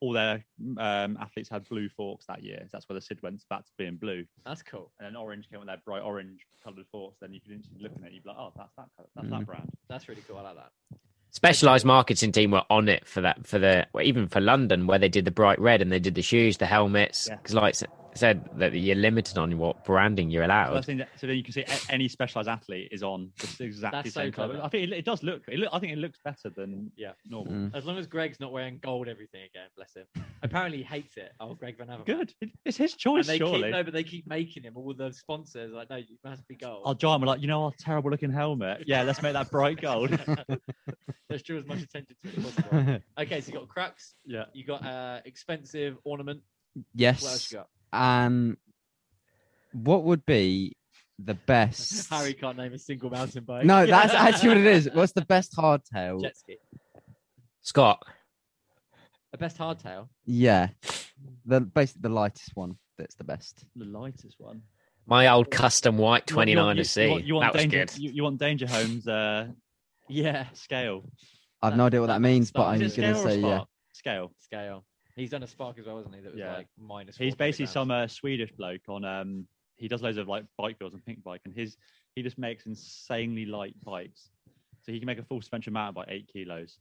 F: All their um, athletes had blue forks that year. That's where the Sid went back to being blue,
D: That's cool.
F: and then orange came with their bright orange coloured forks. Then you could instantly look at it, you'd be like, oh, that's that colour, that's
E: Mm.
D: Mm-hmm.
F: that brand.
D: That's really cool. I like that.
C: Specialized marketing team were on it for that for the well, even for London where they did the bright red and they did the shoes, the helmets.
F: Yeah.
C: Because like s- said that you're limited on what branding you're
F: So, I
C: allowed.
F: think that, so then you can see a- any specialized athlete is on this exactly
D: That's so
F: same color.
D: clever.
F: I think it, it does look, it look. I think it looks better than
D: Yeah.
F: normal.
E: Mm.
D: As long as Greg's not wearing gold everything again, bless him. Apparently he hates it. Oh, Greg Van Avermaet.
F: Good. It- It's his
D: And
F: choice,
D: they
F: surely.
D: keep, no, but they keep making him all the sponsors. Like, no, you must be gold.
F: I'll join. We're like, you know, our terrible looking helmet. Yeah, let's make that
C: [laughs]
F: bright
E: [laughs]
F: gold.
D: Let's draw as much attention to it as possible. Okay, so you got crux.
F: yeah.
D: You got uh, expensive ornament. What else
E: yes.
D: you
E: [laughs]
D: got?
E: Um, what would be the
D: [laughs]
E: best?
D: Harry can't name a single mountain bike.
F: [laughs]
E: No, that's actually what it is. What's the best
D: [laughs]
E: hardtail?
D: Jet ski.
C: Scott,
D: The best hardtail.
E: Yeah, the basically the lightest one. That's the best.
F: The lightest one.
C: my old custom white
F: You want- you
C: 29
F: want-
C: to
F: You,
C: see.
F: want- you want
C: that was
F: danger,
C: good.
F: You, you want Danger Home's uh,
D: Yeah.
F: scale.
E: I've
D: That-
E: no idea what
D: that-
E: that means, but
D: that-
E: I'm
F: Is it
E: just gonna
F: scale or
E: say yeah.
F: spark? Scale.
D: Scale. He's done a spark as well, hasn't he? That was
F: Yeah.
D: like minus.
F: He's
D: 40
F: basically
D: grams.
F: some uh, Swedish bloke on. Um, he does loads of like bike girls and pink bike, and his he just makes insanely light bikes. So he can make a full suspension mountain bike eight kilos,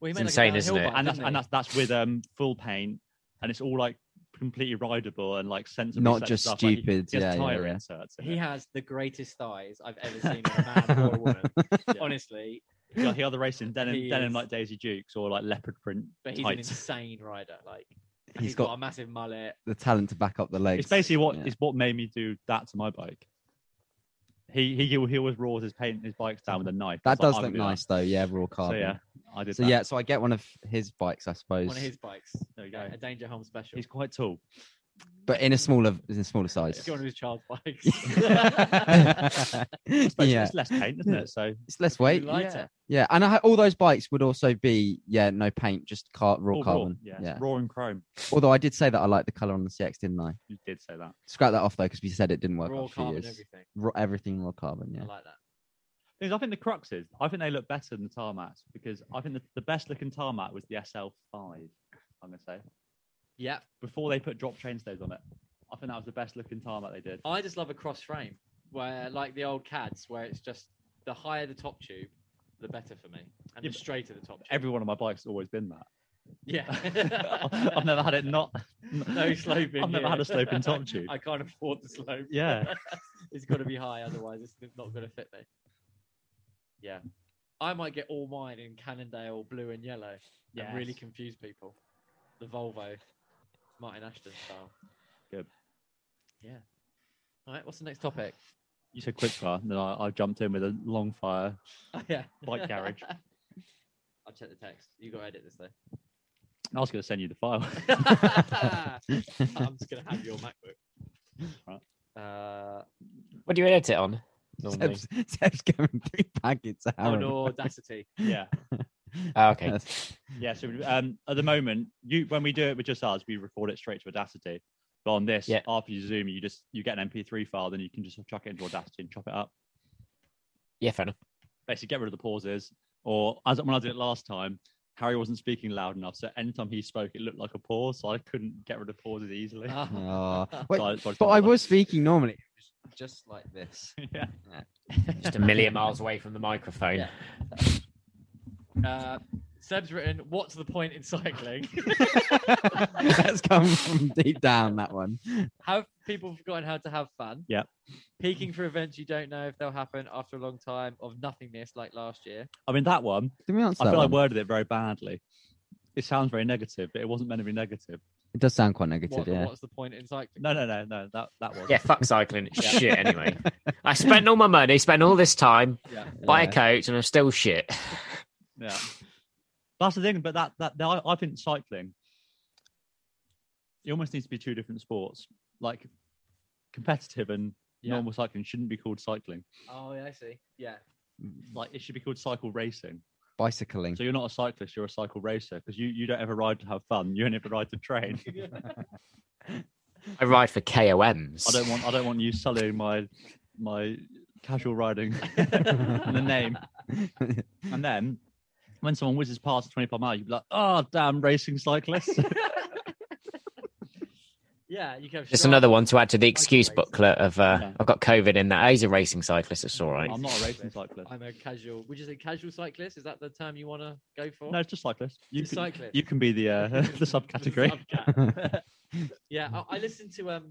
D: Well, he
C: It's
D: made, like,
C: insane,
D: a downhill
C: isn't it?
D: bike,
F: and that's
D: didn't
F: and
D: he?
F: that's that's with um full paint, and it's all like completely rideable and like sensible.
E: Not just
F: like, he-
E: stupid,
F: he, has
E: yeah, yeah,
F: tire
E: yeah.
F: inserts. in
D: He
F: it.
D: has the greatest thighs I've ever seen in a
E: [laughs]
D: man or a woman. Honestly,
F: He'll- He'll either race in
D: [laughs]
F: denim,
D: He
F: denim
D: is.
F: like Daisy Dukes or like leopard print
D: but he's an
F: tights.
D: insane rider. Like and
E: He's
D: he's got,
E: got-
D: a massive mullet.
E: The talent to back up the legs.
F: It's basically what
E: yeah.
F: it's what made me do that to my bike. He he he always roars his paint his bikes down with a knife.
E: that
F: It's like,
E: does
F: I
E: look
F: can do that.
E: nice though. Yeah, raw
F: So
E: carbon.
F: yeah, I did.
E: So
F: that.
E: yeah, so I get one of his bikes, I suppose,
D: One of his bikes.
F: There you
D: Yeah,
F: go.
D: A danger home special.
F: he's quite tall.
E: but in a smaller, in a smaller size.
D: It's
E: [laughs]
D: one of his child's [laughs] bikes.
F: [laughs] But
E: yeah,
F: it's less paint,
D: [laughs]
F: isn't it? So
E: it's less
D: Really
E: weight.
D: lighter.
E: Yeah. yeah, and I, ha- all those bikes would also be yeah, no paint, just car- raw
F: all
E: carbon.
F: Yeah,
E: yeah.
F: yeah. raw and chrome.
E: Although I did say that I liked the color on the CX, didn't I?
F: You did say that.
E: Scrap that off though, because we said it didn't work.
D: Raw
E: out for
D: carbon,
E: years.
D: everything.
E: Raw, everything raw carbon.
D: I [laughs]
E: Yeah.
D: like that.
F: Because I think the crux is, I think they look better than the tarmacs because I think the, the best looking tarmac was the SL5. I'm gonna say
D: Yeah,
F: before they put drop chain stays on it. I think that was the best looking tarmac they did.
D: I just love a cross frame where, like the old CADs, where it's just the higher the top tube, the better for me, and the
F: Yeah, but
D: straighter the top tube.
F: [laughs] Every one of my bikes has always been that.
D: yeah,
F: I've never had it not.
D: No slope in
F: I've never
D: here.
F: had a slope in top [laughs] tube.
D: [laughs] I can't afford the slope.
F: Yeah.
D: [laughs] it's got to be high, otherwise it's not going to fit me. Yeah, I might get all mine in Cannondale blue and yellow and really
F: Yes.
D: confuse people. The Volvo, Martin Ashton style.
F: Good.
D: Yeah. All right. What's the next topic?
F: You said quick car, and then I, I jumped in with a long fire.
D: Oh, yeah.
F: [laughs] Bike garage.
D: [laughs] I'll check the text. You got to edit this
F: [laughs]
D: though. [laughs]
F: I was going to send you the file.
D: I'm just gonna have your MacBook.
F: Right.
D: Uh,
C: What do you edit it on? Normally.
E: Seb's, Seb's going three packets out.
D: on
F: [laughs]
E: [laughs]
D: Audacity.
F: [laughs] yeah,
C: Oh, okay.
F: yeah. So um, at the moment, you when we do it with just us, we record it straight to Audacity. But on this,
C: Yeah.
F: after you zoom, you just you get an MP3 file, then you can just chuck it into Audacity and chop it up.
C: Yeah,
F: [laughs]
C: fair enough.
F: Basically, get rid of the pauses. Or as when I did it last time, Harry wasn't speaking loud enough, so anytime he spoke, it looked like a pause. So I couldn't get rid of pauses easily. [laughs]
D: Ah,
E: Oh,
F: So
D: [laughs]
E: wait,
F: I- so
E: but I
F: tried-
E: was speaking normally. Just like this.
F: [laughs] yeah.
C: Just a million miles away from the microphone.
D: Yeah. Uh, Seb's written, "What's the point in
F: [laughs]
D: cycling?"
E: [laughs] That's come from deep down, that one.
D: have people forgotten how to have fun?
F: Yep.
D: Peaking for events you don't know if they'll happen after a long time of nothingness, like last year.
F: I mean that one.
E: Did we answer
F: I
E: that
F: feel I
E: one?
F: worded it very badly. It sounds very negative, but it wasn't meant to be negative.
E: It does sound quite negative,
D: What,
E: yeah.
D: What's the point in cycling?
F: No, no, no, no. That that was.
C: Yeah, fuck cycling. It's shit
F: [laughs]
C: anyway. I spent all my money, spent all this time,
F: yeah,
C: buy a
E: Yeah.
C: coat, and I'm still shit.
F: yeah. That's the thing. But that that that- I, I think cycling. It almost needs to be two different sports. Like competitive and
D: Yeah.
F: normal cycling shouldn't be called cycling.
D: Oh, yeah, I see. Yeah.
F: Like it should be called cycle racing.
D: Mm.
E: Bicycling.
F: So you're not a cyclist, you're a cycle racer because you, you don't ever ride to have fun. You only ever ride to train.
C: I ride for KOMs.
F: I don't want I don't want you sullying my my casual riding [laughs] and the name. And then when someone whizzes past 25 mile, you'd be like, oh, damn, racing cyclists.
D: [laughs] yeah, you can have.
C: Just
D: Strava.
C: another one to add to the excuse
D: Cycle race.
C: booklet of uh,
F: Yeah.
C: I've got COVID in that. He's a racing cyclist. It's all right.
F: I'm not a
D: [laughs]
F: racing cyclist.
D: I'm a casual. Would you say casual cyclist? Is that the term you want to go for?
F: No, it's just cyclist. You,
D: Just
F: can,
D: cyclist.
F: you can be [laughs]
D: [laughs]
F: the uh, the subcategory. [laughs]
D: subcat. yeah, I, I listened to um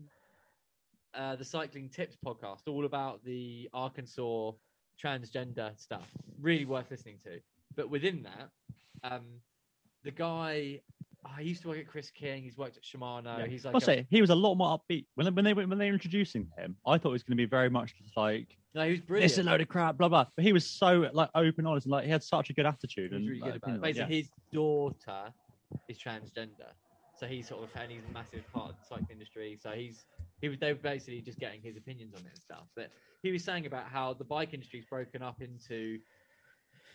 D: uh, the cycling tips podcast, all about the Arkansas transgender stuff. Really worth listening to. But within that, um, the guy I used to work at Chris King. He's worked at Shimano.
F: Yeah.
D: He's like,
F: I'll
D: a-
F: say he was a lot more upbeat when when they were- when they were introducing him. I thought it was going to be very much just like
D: no, he was brilliant.
F: this is a load of crap, blah blah. But he was so like open, honest, and like he had such a good attitude.
D: He was
F: and,
D: really
F: like,
D: good about it.
F: opinion, yeah.
D: Basically, his daughter is transgender, so he's sort of and he's a massive part of the cycling industry. So he's he was they were basically just getting his opinions on it and stuff. But he was saying about how the bike industry's broken up into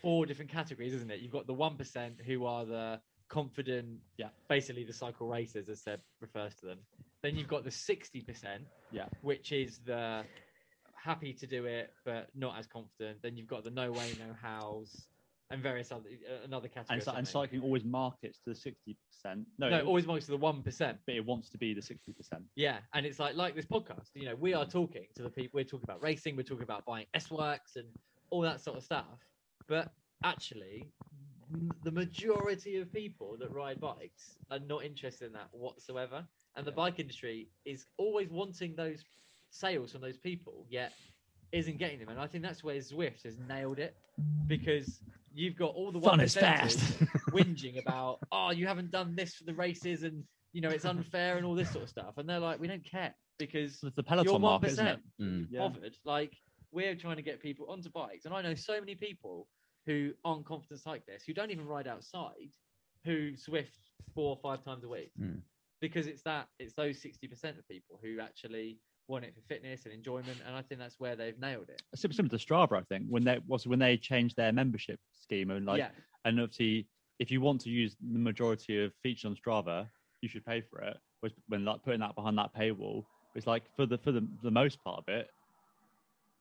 D: four different categories, isn't it? You've got the one percent who are the confident,
F: Yeah.
D: basically the cycle racers as Seb refers to them. Then you've got the sixty percent,
F: Yeah.
D: which is the happy to do it but not as confident. Then you've got the no way, no hows, and various other uh, another category.
F: And,
D: or
F: cy- and
D: something.
F: cycling always markets to the sixty percent. No,
D: no,
F: it-
D: always marks to the one percent.
F: but it wants to be the sixty percent.
D: Yeah, and it's like like this podcast. You know, we are talking to the people. We're talking about racing. We're talking about buying S works and all that sort of stuff. But actually, m- the majority of people that ride bikes are not interested in that whatsoever. And the bike industry is always wanting those sales from those people, yet isn't getting them. And I think that's where Zwift has nailed it because you've got all the
F: Fun is
D: 1%ers
F: fast.
D: whinging about, oh, you haven't done this for the races and you know it's unfair and all this sort of stuff. And they're like, we don't care because
F: It's [laughs] the
D: you're
F: peloton
D: one
F: market, isn't it?
D: percent
E: Mm.
F: Yeah.
D: bothered. Like we're trying to get people onto bikes, and I know so many people who aren't confident cyclists who don't even ride outside, who Swift four or five times a week
F: Hmm.
E: Mm.
D: because it's that it's those sixty percent of people who actually want it for fitness and enjoyment, and I think that's where they've nailed it.
F: Sim- similar to Strava, I think, when they was when they changed their membership scheme and like
D: yeah,
F: and obviously if you want to use the majority of features on Strava, you should pay for it. Whereas when like putting that behind that paywall, it's like for the for the, the most part of it,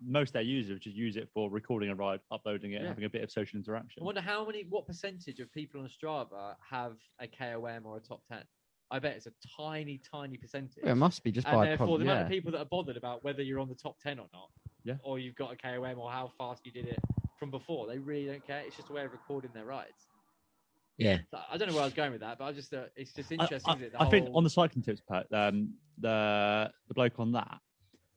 F: most of their users just use it for recording a ride, uploading it,
D: Yeah.
F: having a bit of social
D: I
F: interaction.
D: wonder how many, what percentage of people on Strava have a KOM or a top ten. I bet it's a tiny, tiny percentage.
E: Well, it must be just
D: and
E: by a
D: therefore
E: pod,
D: the amount
E: yeah.
D: of people that are bothered about whether you're on the top 10 or not
F: Yeah.
D: or you've got a KOM or how fast you did it from before they really don't care it's just a way of recording their rides
C: Yeah.
D: So I don't know where I was going with that, but I just uh, it's just
F: I-
D: interesting.
F: I,
D: isn't it,
F: I think
D: whole-
F: on the cycling tips part, um, the the bloke on that,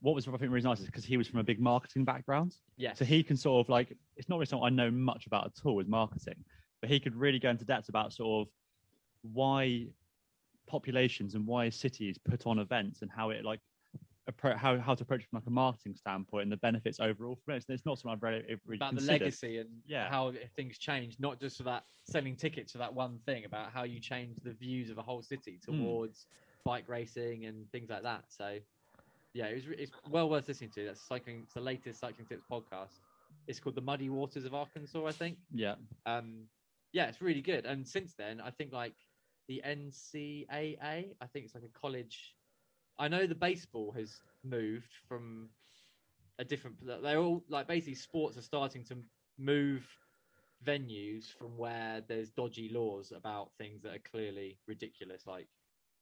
F: what was I think really nice is because he was from a big marketing background,
D: yes,
F: so he can sort of like it's not really something I know much about at all is marketing, but he could really go into depth about sort of why populations and why cities put on events and how it like appro- how how to approach it from like a marketing standpoint and the benefits overall from it. It's, it's not something I've really, really
D: about the
F: considered.
D: legacy and
F: Yeah.
D: how things change, not just for that selling tickets for that one thing, about how you change the views of a whole city
F: Hmm.
D: towards bike racing and things like that. So, yeah, it was, re- it's well worth listening to. That's cycling. It's the latest cycling tips podcast. It's called the Muddy Waters of Arkansas, I think.
F: Yeah,
D: Um, yeah, it's really good. And since then, I think like the NCAA, I think it's like a college. I know the baseball has moved from a different. They're all like basically sports are starting to move venues from where there's dodgy laws about things that are clearly ridiculous, like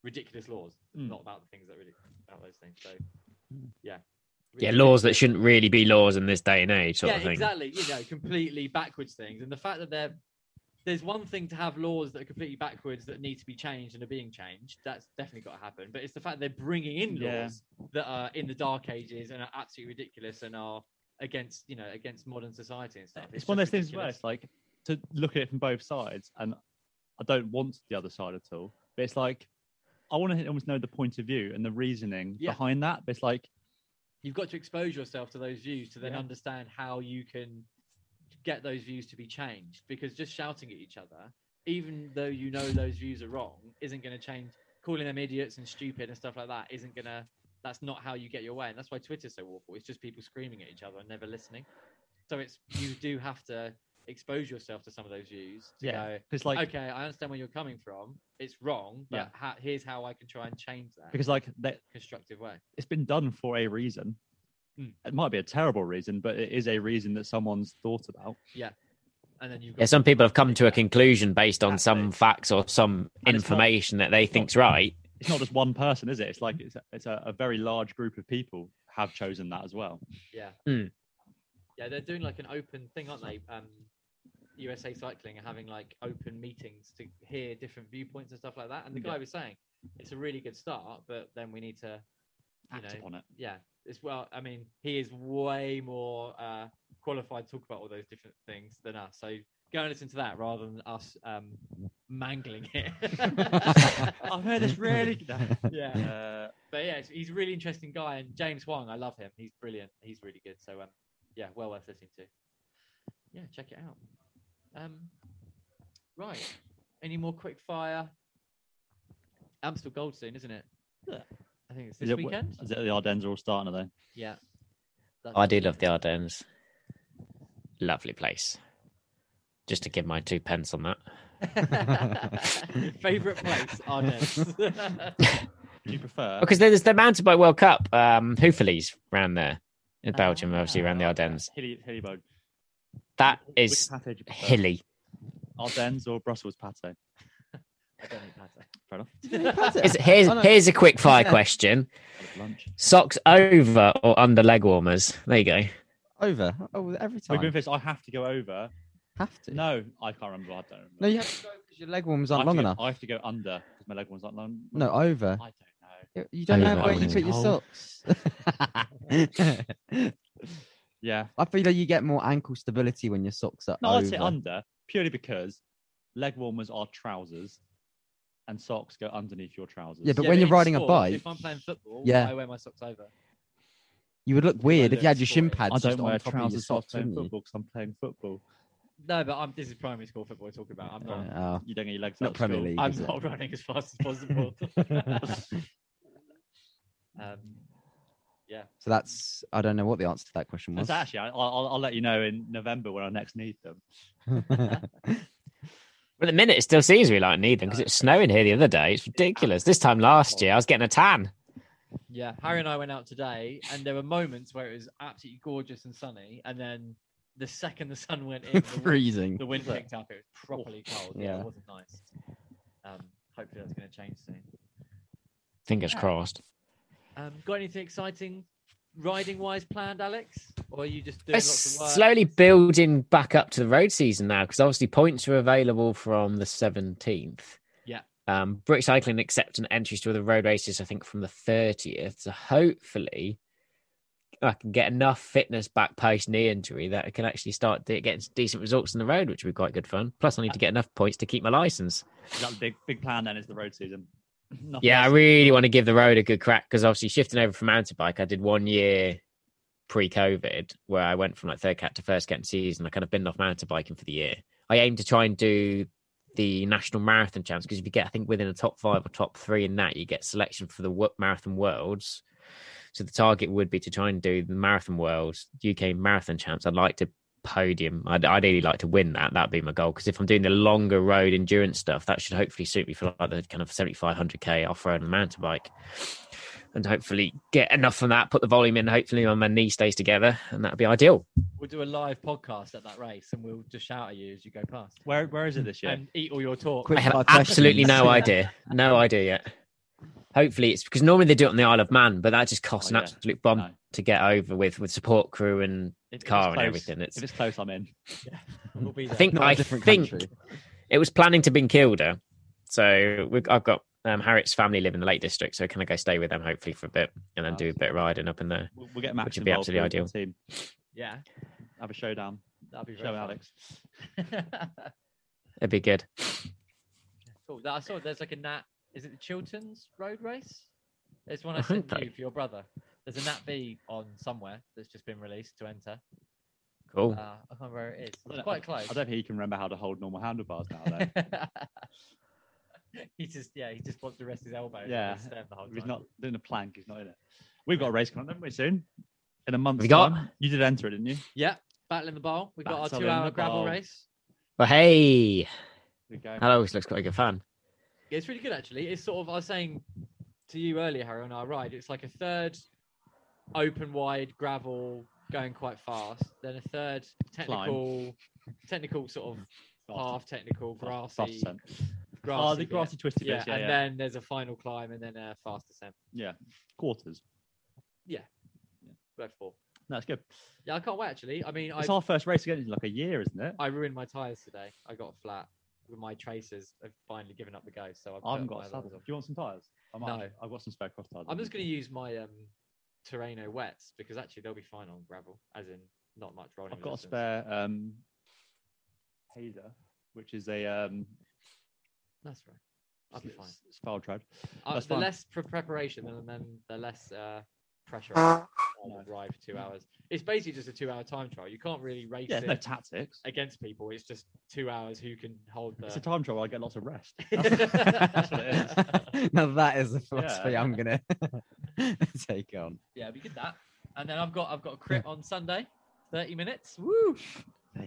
D: ridiculous laws,
F: Mm.
D: not about the things that are ridiculous about those things. So, yeah,
C: Yeah,
D: Really
C: laws
D: good.
C: that shouldn't really be laws in this day and age, sort
D: yeah,
C: of thing.
D: exactly. You know, completely backwards things, and the fact that they're there's one thing to have laws that are completely backwards that need to be changed and are being changed. That's definitely got to happen. But it's the fact they're bringing in
F: Yeah.
D: laws that are in the dark ages and are absolutely ridiculous and are against you know against modern society and stuff.
F: it's, one of those
D: just
F: things where
D: ridiculous.
F: it's like to look at it from both sides, and I don't want the other side at all. But it's like I want to almost know the point of view and the reasoning
D: Yeah.
F: behind that. But it's like
D: you've got to expose yourself to those views to then
F: Yeah.
D: understand how you can get those views to be changed because just shouting at each other even though you know those views are wrong isn't going to change calling them idiots and stupid and stuff like that isn't going to that's not how you get your way and that's why twitter's so awful it's just people screaming at each other and never listening so it's you do have to expose yourself to some of those views to
F: Yeah.
D: go,
F: it's like
D: okay i understand where you're coming from it's wrong but
F: Yeah.
D: ha- here's how i can try and change that
F: because like that
D: constructive way
F: it's been done for a reason.
D: Mm.
F: It might be a terrible reason, but it is a reason that someone's thought about.
D: and then you've got
C: Yeah, some people have come to a conclusion based on some
F: Exactly.
C: facts or some
F: And it's not-
C: information that they think's right.
F: It's not just one person, is it? It's like it's a, it's a, a very large group of people have chosen that as well.
D: Yeah.
C: Mm.
D: Yeah, they're doing like an open thing, aren't they? Um, USA Cycling are having like open meetings to hear different viewpoints and stuff like that. And the guy
F: Yeah.
D: was saying it's a really good start, but then we need to, you
F: Act
D: know, [laughs]
F: upon it.
D: yeah, it's well. I mean, he is way more uh, qualified to talk about all those different things than us. So go and listen to that rather than us um, mangling it.
F: [laughs] I've heard this really.
D: [laughs] yeah
F: Uh,
D: but yeah, it's- he's a really interesting guy, and James Wong, I love him. He's brilliant. He's really good. So um, yeah, well worth listening to. Yeah, check it out. Um, right. Any more quick fire? Amstel Gold soon, isn't it?
F: Yeah.
D: I think it's
F: is
D: this
F: it-
D: weekend.
F: Is it the Ardennes are all starting are they?
D: Yeah.
E: Oh,
D: That's
C: Oh, I do love the Ardennes. Lovely place. Just to give my two pence on that.
D: [laughs] Favorite
E: [laughs]
D: place, Ardennes.
F: Do you prefer?
C: Because Oh, there's the Mountain Bike World Cup, um, Hoofeli's round there in Belgium, obviously around the
F: Ah, okay.
C: Ardennes.
F: Hilly, hilly road.
C: That
F: Which
C: is
F: pate do you prefer?
C: hilly.
F: Ardennes or Brussels [laughs] pate?
D: I don't need pate.
F: Fair enough.
C: Here's, here's,
E: Oh, no.
C: here's a quick fire
E: Yeah.
C: question.
F: Got it for lunch.
C: Socks over or under leg warmers? There you go.
E: Over. Oh, every
F: We're
E: time.
F: I have to go over.
E: Have to.
F: No, I can't remember. I don't remember.
E: No, you have to go because your leg warmers
F: I
E: aren't
F: have
E: long
F: to go-
E: enough.
F: I have to go under because my leg was not long.
E: No, over.
F: I don't know.
E: You- You don't know
C: Over,
E: where you
C: over.
E: put your socks. [laughs]
D: [laughs]
F: Yeah.
E: I feel like you get more ankle stability when your socks are
F: No, I'd say
E: over.
F: under purely because leg warmers are trousers and socks go underneath your trousers.
E: Yeah, But when you're
D: in
E: riding a
D: sport,
E: bike-
D: if I'm playing football,
E: Yeah.
D: I wear my socks over.
E: You would look weird
D: look
E: if you had your shin
D: sporty. I
E: pads
F: I
E: just
F: don't wear
E: on top of your
F: trousers socks
E: socks,
F: playing
E: wouldn't you?
F: football because I'm playing football.
D: No, but I'm, this is primary school football we're talking about. I'm not.
E: Oh,
F: You don't get your legs
E: Not
F: out of
E: Premier
F: school.
E: League.
D: I'm
E: is it?
D: not running as fast as possible. [laughs] um, yeah,
E: So that's I don't know what the answer to that question was.
F: That's
E: [laughs]
F: actually, I- I'll, I'll let you know in November when I next need them.
C: But at the minute, it still seems we like need them because it was snowing here the other day. It's ridiculous. This time last year, I was getting a tan.
D: yeah. Harry and I went out today, and there were moments where it was absolutely gorgeous and sunny, and then the second the sun went in, the wind,
E: Freezing.
D: the wind picked up. It was properly cold. Yeah,
E: Yeah.
D: it wasn't nice. Um, hopefully that's going to change soon.
C: Fingers
D: Yeah.
C: crossed.
D: Um, got anything exciting riding wise planned, Alex? Or are you just doing
C: It's
D: lots of work?
C: slowly building back up to the road season now because obviously points are available from the 17th.
D: Yeah.
C: Um, British Cycling accepting entries to other road races, I think, from the 30th. So hopefully I can get enough fitness back post knee injury that I can actually start de- getting decent results on the road, which would be quite good fun. Plus, I need to get enough points to keep my license.
F: Is that the big big plan then? Is the road season? [laughs] Nothing
C: Yeah, I
F: else.
C: really want to give the road a good crack because obviously shifting over from mountain bike, I did one year pre-COVID where I went from like third cat to first cat in season. I kind of been off mountain biking for the year. I aim to try and do the national marathon challenge because if you get, I think, within a top five or top three in that, you get selection for the wo- marathon worlds. So the target would be to try and do the marathon worlds, UK marathon champs. I'd like to podium. I'd ideally like to win that. That'd be my goal. Because if I'm doing the longer road endurance stuff, that should hopefully suit me for like the kind of 7,500k off road and mountain bike. And hopefully get enough from that, put the volume in. Hopefully, my knee stays together, and that'd be ideal.
D: We'll do a live podcast at that race and we'll just shout at you as you go past.
F: Where where is it this year?
D: And eat all your talk.
E: Quick
C: I have
E: fire questions.
C: absolutely no idea. No idea yet. Hopefully, it's because normally they do it on the Isle of Man, but that just costs
F: Oh,
C: an
F: yeah.
C: absolute bomb
F: No.
C: to get over with with support crew and
F: If- if it's
C: car and
F: close-
C: everything, it's-
F: If it's close, I'm in.
D: We'll be
C: I
D: there.
C: think
E: Not a
C: I
E: different
C: think
E: country.
F: [laughs]
C: it was planning to be Kilda. So we I've got um, Harriet's family live in the Lake District, so can I go stay with them hopefully for a bit and then do a bit of riding up in there?
F: We'll, we'll get Max
C: would be
F: involved
C: absolutely
F: with the Team,
D: Yeah,
F: have a showdown.
D: that'd be very
F: Show
D: fun.
F: Alex.
C: It'd be good.
D: [laughs] cool. That- I saw there's like a Nat. Is it the Chilterns Road Race? There's one
C: I
D: I sent
C: think
D: you
C: I-
D: for your brother. There's a Nat B on somewhere that's just been released to enter. Uh,
F: Hmm.
C: Cool.
D: I can't remember where it is.
F: I
D: It's
F: don't-
D: quite close.
F: I don't think he can remember how to hold normal handlebars now. Though.
D: [laughs] he just yeah, he just wants to rest his elbows.
F: Yeah,
D: and just stand the whole
F: If he's
D: time.
F: not doing a plank, he's not in it. We've got a race coming up, haven't we, soon? In a month.
C: We got-
F: You did enter it, didn't you?
D: Yeah, battle in the bowl. We've got
F: Battle
D: our
F: in
D: two-hour
F: the
D: gravel
F: bowl.
D: race.
C: Well, hey,
F: There you go.
C: that always looks quite a good fun.
D: Yeah, it's really good actually. It's sort of I was saying to you earlier, Harry, on our ride, it's like a third open wide gravel going quite fast, then a third technical technical sort of half technical grassy,
F: Fast- fast ascent.
D: grassy
F: oh, the
D: bit.
F: grassy twisty
D: yeah,
F: bits. Yeah,
D: and
F: yeah.
D: then there's a final climb and then a fast ascent.
F: yeah. Quarters.
D: Red four.
F: That's good.
D: Yeah, I can't wait actually. I mean, I
F: It's our first race again in like a year, isn't it?
D: I ruined my tires today. I got flat. with My tracers have finally given up the ghost, so I've
F: I haven't
D: put
F: got
D: my
F: a saddle.
D: others
F: Do
D: on.
F: you want some tyres? I might.
D: No.
F: I've got some spare cross tyres.
D: I'm just going to use my um, Terreno wets because actually they'll be fine on gravel, as in not much rolling.
F: I've got a
D: resistance.
F: spare um, Hazer, which is a um,
D: That's right. I'll be fine.
F: Spiral tread.
D: Uh,
F: That's
D: the
F: fine.
D: less pre- preparation and then the less uh, pressure on the ride for two hours. It's basically just a two-hour time trial. You can't really race
F: Yeah,
D: it
F: no tactics.
D: against people. It's just two hours who can hold the.
F: It's a time trial. where I get lots
D: [laughs]
F: of rest.
D: That's
F: what it is.
E: [laughs] now that is a philosophy I'm gonna [laughs] take on.
D: yeah, we did that, and then I've got I've got a crit on Sunday, thirty minutes. Woo!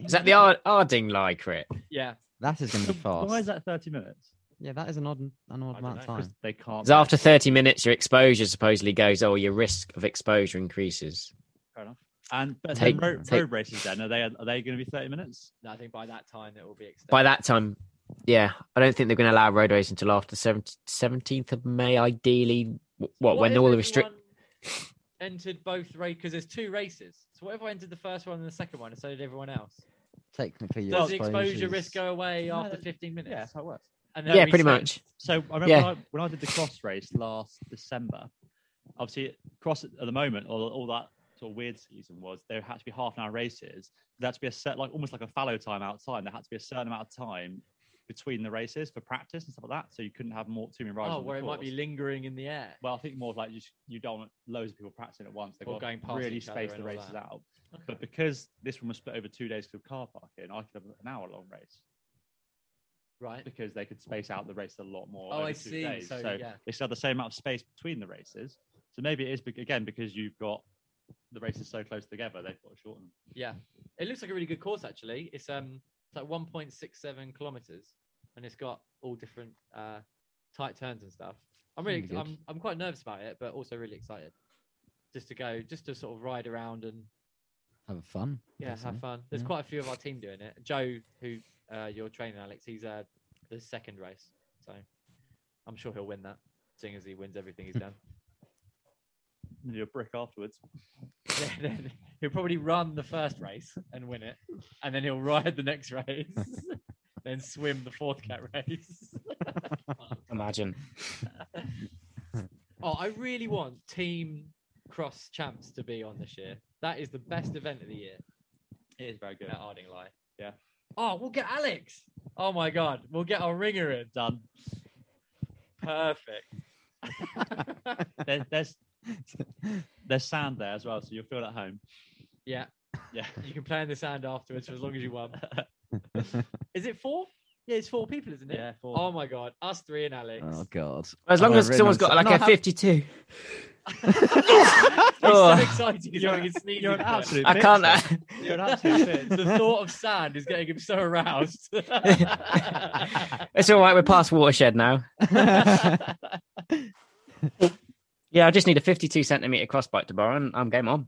C: Is that the Ar- Arding lie crit?
D: Yeah,
E: That is gonna be fast.
F: Why is that 30 minutes?
E: Yeah, that is an odd, an odd
D: I don't
E: amount of
D: know,
E: time.
F: Because they can't.
C: 'Cause after 30 minutes, your exposure supposedly goes, or your risk of exposure increases.
F: Fair enough. And but
C: Take-
F: then road,
C: take-
F: road races, then are they are they going to be 30 minutes?
D: no, I think by that time it will be extended.
C: By that time, yeah, I don't think they're going to allow road race until after 17- 17th of May, ideally. W- What, when
D: if
C: all the restrict?
D: everyone entered both races because there's two races. So what if I entered the first one and the second one, and so did everyone else?
E: Technically, your
D: Does the exposure
E: exposures-
D: risk go away
F: No,
D: after
F: that-
D: 15 minutes?
F: Yeah, that's how it works.
D: And then
C: Yeah,
D: we "Oh,
C: pretty
D: spent-
C: much.
F: So I remember
C: Yeah.
F: when, I, when I did the cross race last December. Obviously, cross at the moment, all, all that sort of weird season was there had to be half an hour races. There had to be a set, like almost like a fallow time outside. There had to be a certain amount of time between the races for practice and stuff like that. So you couldn't have more too many riders.
D: Oh,
F: on the
D: where it might be
F: course.
D: lingering in the air.
F: Well, I think more of like just you don't want loads of people practicing at once. They've
D: Or
F: got
D: going
F: to
D: past
F: really
D: each other
F: space the
D: and all
F: races
D: that.
F: out. But because this one was split over two days of car parking, I could have an hour long race
D: Right.
F: because they could space out the race a lot more.
D: Oh,
F: over
D: I
F: two
D: see.
F: days.
D: So, yeah.
F: they still have the same amount of space between the races. So maybe it is be- again because you've got the races so close together, they've got to shorten them.
D: Yeah. It looks like a really good course actually. It's um it's like 1.67 kilometers, and it's got all different uh tight turns and stuff. I'm really
C: Hmm,
E: Really good.
D: I'm I'm quite nervous about it, but also really excited just to go, just to sort of ride around and
E: Have fun.
D: Yeah, have
E: personally.
D: fun. There's
E: Yeah.
D: quite a few of our team doing it. Joe, who uh, you're training, Alex, he's uh, the second race, so I'm sure he'll win that, seeing as he wins everything he's done.
F: nearly a brick afterwards.
D: [laughs] then he'll probably run the first race and win it, and then he'll [laughs] ride the next race, then swim the fourth cat race.
G: Imagine.
D: oh, I really want Team Cross Champs to be on this year. That is the best event of the year.
F: It is very good.
D: At Arding Lie.
F: Yeah.
D: Oh, we'll get Alex. Oh my God, we'll get our ringer in.
F: Done.
D: Perfect. [laughs]
F: There, there's there's sand there as well, so you'll feel at home.
D: yeah,
F: Yeah.
D: [laughs] you can play in the sand afterwards for as long as you want. Is it four? Yeah, it's four people, isn't it?
F: Yeah. Four.
D: Oh my God, us three and Alex.
E: Oh god.
C: As long
E: Have I
C: as
E: written
C: someone's got
E: on some-
C: like
E: No, I
C: a
E: have-
C: 52.
D: He's so [laughs]
C: [laughs] Oh.
D: excited. He's
F: You're
D: having
F: an-
D: his sneeze.
F: you're an
D: again.
F: absolute
C: I
F: bitch,
C: can't.
F: though.
D: You're an
F: absolute
D: absolute [laughs]
F: bitch.
D: the thought of sand is getting him so aroused. [laughs]
C: [laughs] it's all right. We're past watershed now.
E: [laughs]
C: [laughs] Yeah, I just need a 52 centimeter crossbite to borrow, and I'm game on.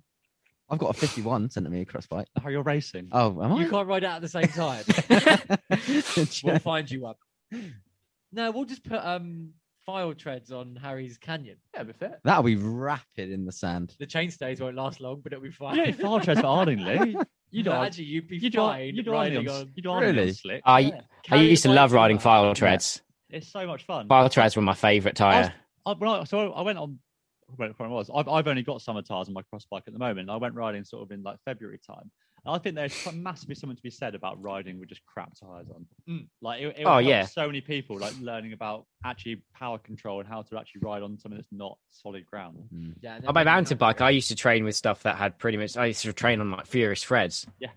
E: I've got a 51 centimeter crossbite.
F: How you're racing?
E: Oh, am I?
D: you can't ride out at the same time.
E: Yeah.
D: [laughs]
E: [laughs]
C: [laughs]
D: we'll find you one. No, we'll just put um file treads on Harry's canyon.
F: Yeah, be fair.
E: That'll be rapid in the sand.
D: The chain stays won't last long, but it'll be fine.
F: You don't
D: [laughs]
F: far chase for Ardingly. You
D: No,
F: don't.
D: actually, you'd be
F: You don't.
D: fine
F: You don't.
D: riding
F: Ardingly on-
D: on.
F: You don't. Ardingly on
E: Really?
F: Slick.
C: I
D: Yeah.
C: I
D: Carry the
C: used to
D: bike
C: love
D: to
C: riding
D: work.
C: file treads.
F: It's so much fun.
C: File treads were my favorite tire.
F: I, when I, so I went on when when I was. I've, I've only got summer tires on my cross bike at the moment. I went riding sort of in like February time. And I think there's some- massively something to be said about riding with just crap tires on.
D: Mm.
F: Like it, it
C: Oh,
F: helped
C: yeah.
F: so many people like learning about actually power control and how to actually ride on something that's not solid ground.
D: Yeah, and
C: On
D: then
C: my
D: when you
C: mountain
D: come-
C: bike, I used to train with stuff that had pretty much. I used to train on like Furious Threads.
F: Yeah.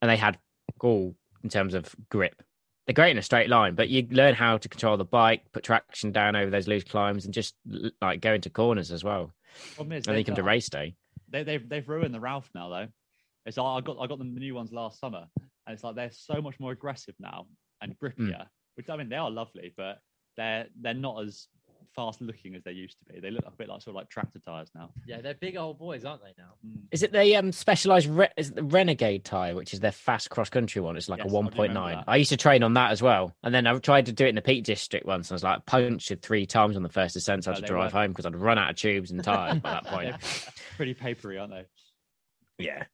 C: and they had all in terms of grip. They're great in a straight line, but you learn how to control the bike, put traction down over those loose climbs, and just l- like go into corners as well.
F: Problem is,
C: And then you
F: they've
C: come to
F: got-
C: race day.
F: they, they've they've ruined the Ralph now though. It's like, I got I got the new ones last summer, and it's like they're so much more aggressive now and
C: Hmm.
F: grippier. Which I mean, they are lovely, but they're they're not as fast looking as they used to be. They look a bit like sort of like tractor tires now.
D: Yeah, they're big old boys, aren't they now?
C: Is it the um specialized re- is it the Renegade tire, which is their fast cross country one? It's like
F: Yes, I
C: a
F: do remember
C: 1.9.
F: that.
C: I used to train on that as well, and then I tried to do it in the Peak District once, and I was like punctured three times on the first descent. So I
F: Oh,
C: had to
F: they
C: drive
F: were-
C: home because I'd run out of tubes and tires by
F: [laughs]
C: that point.
F: They're pretty papery, aren't they?
C: Yeah,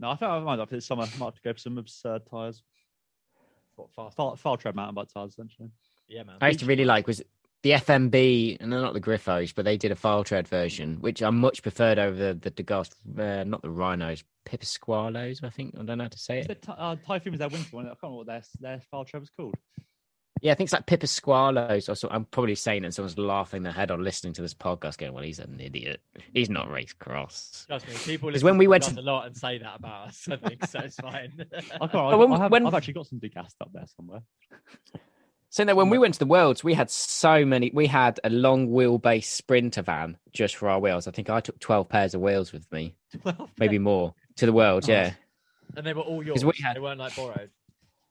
F: No, I think I might have this summer. I might have to go for some absurd tires.
D: What, fast?
F: Far, far tread mountain bike tires, essentially.
D: Yeah, man.
C: I used to really like was the FMB, and they're not the Griffos, but they did a file tread version, which I much preferred over the the DeGast, uh, not the Rhinos, Pipisqualos. I think I don't know how to say
F: Is
C: it.
F: it ty- uh, Typhoon was their winter one. I can't remember what their their far tread was called.
C: Yeah, I think it's like Pipisqualos. Or so, I'm probably saying it, and someone's laughing their head on listening to this podcast, going, "Well, he's an idiot. He's not racecross."
D: Trust me, people
C: Because
D: listen
C: when we went
D: us
C: to-
D: a lot and say that about us. I think so.
C: [laughs]
D: It's fine. [laughs]
F: I can't. I,
C: Oh, when-
F: I have,
C: when-
F: I've actually got some decast up there somewhere.
C: So that when we went to the worlds, we had so many. We had a long wheelbase sprinter van just for our wheels. I think I took twelve pairs of wheels with me,
D: Well,
C: maybe more, to the worlds. Yeah.
D: and they were all yours.
C: 'Cause we had-
D: They weren't like borrowed.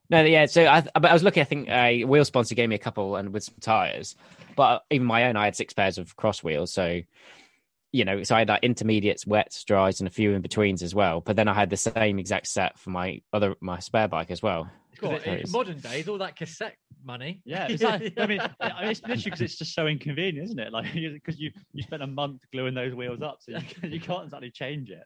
C: No, yeah. So I, but I was lucky. I think a wheel sponsor gave me a couple and with some tires, but even my own, I had six pairs of cross wheels. So, you know, so I had like intermediates, wets, dries, and a few in betweens as well. But then I had the same exact set for my other my spare bike as well.
D: God,
C: it-
D: in
C: it's-
D: modern days, all that cassette money. [laughs]
F: Yeah, it's like, I mean, I mean, it's literally because it's just so inconvenient, isn't it? Like, [laughs] because you you spent a month gluing those wheels up,
C: [laughs]
F: so you, can- you can't exactly change it.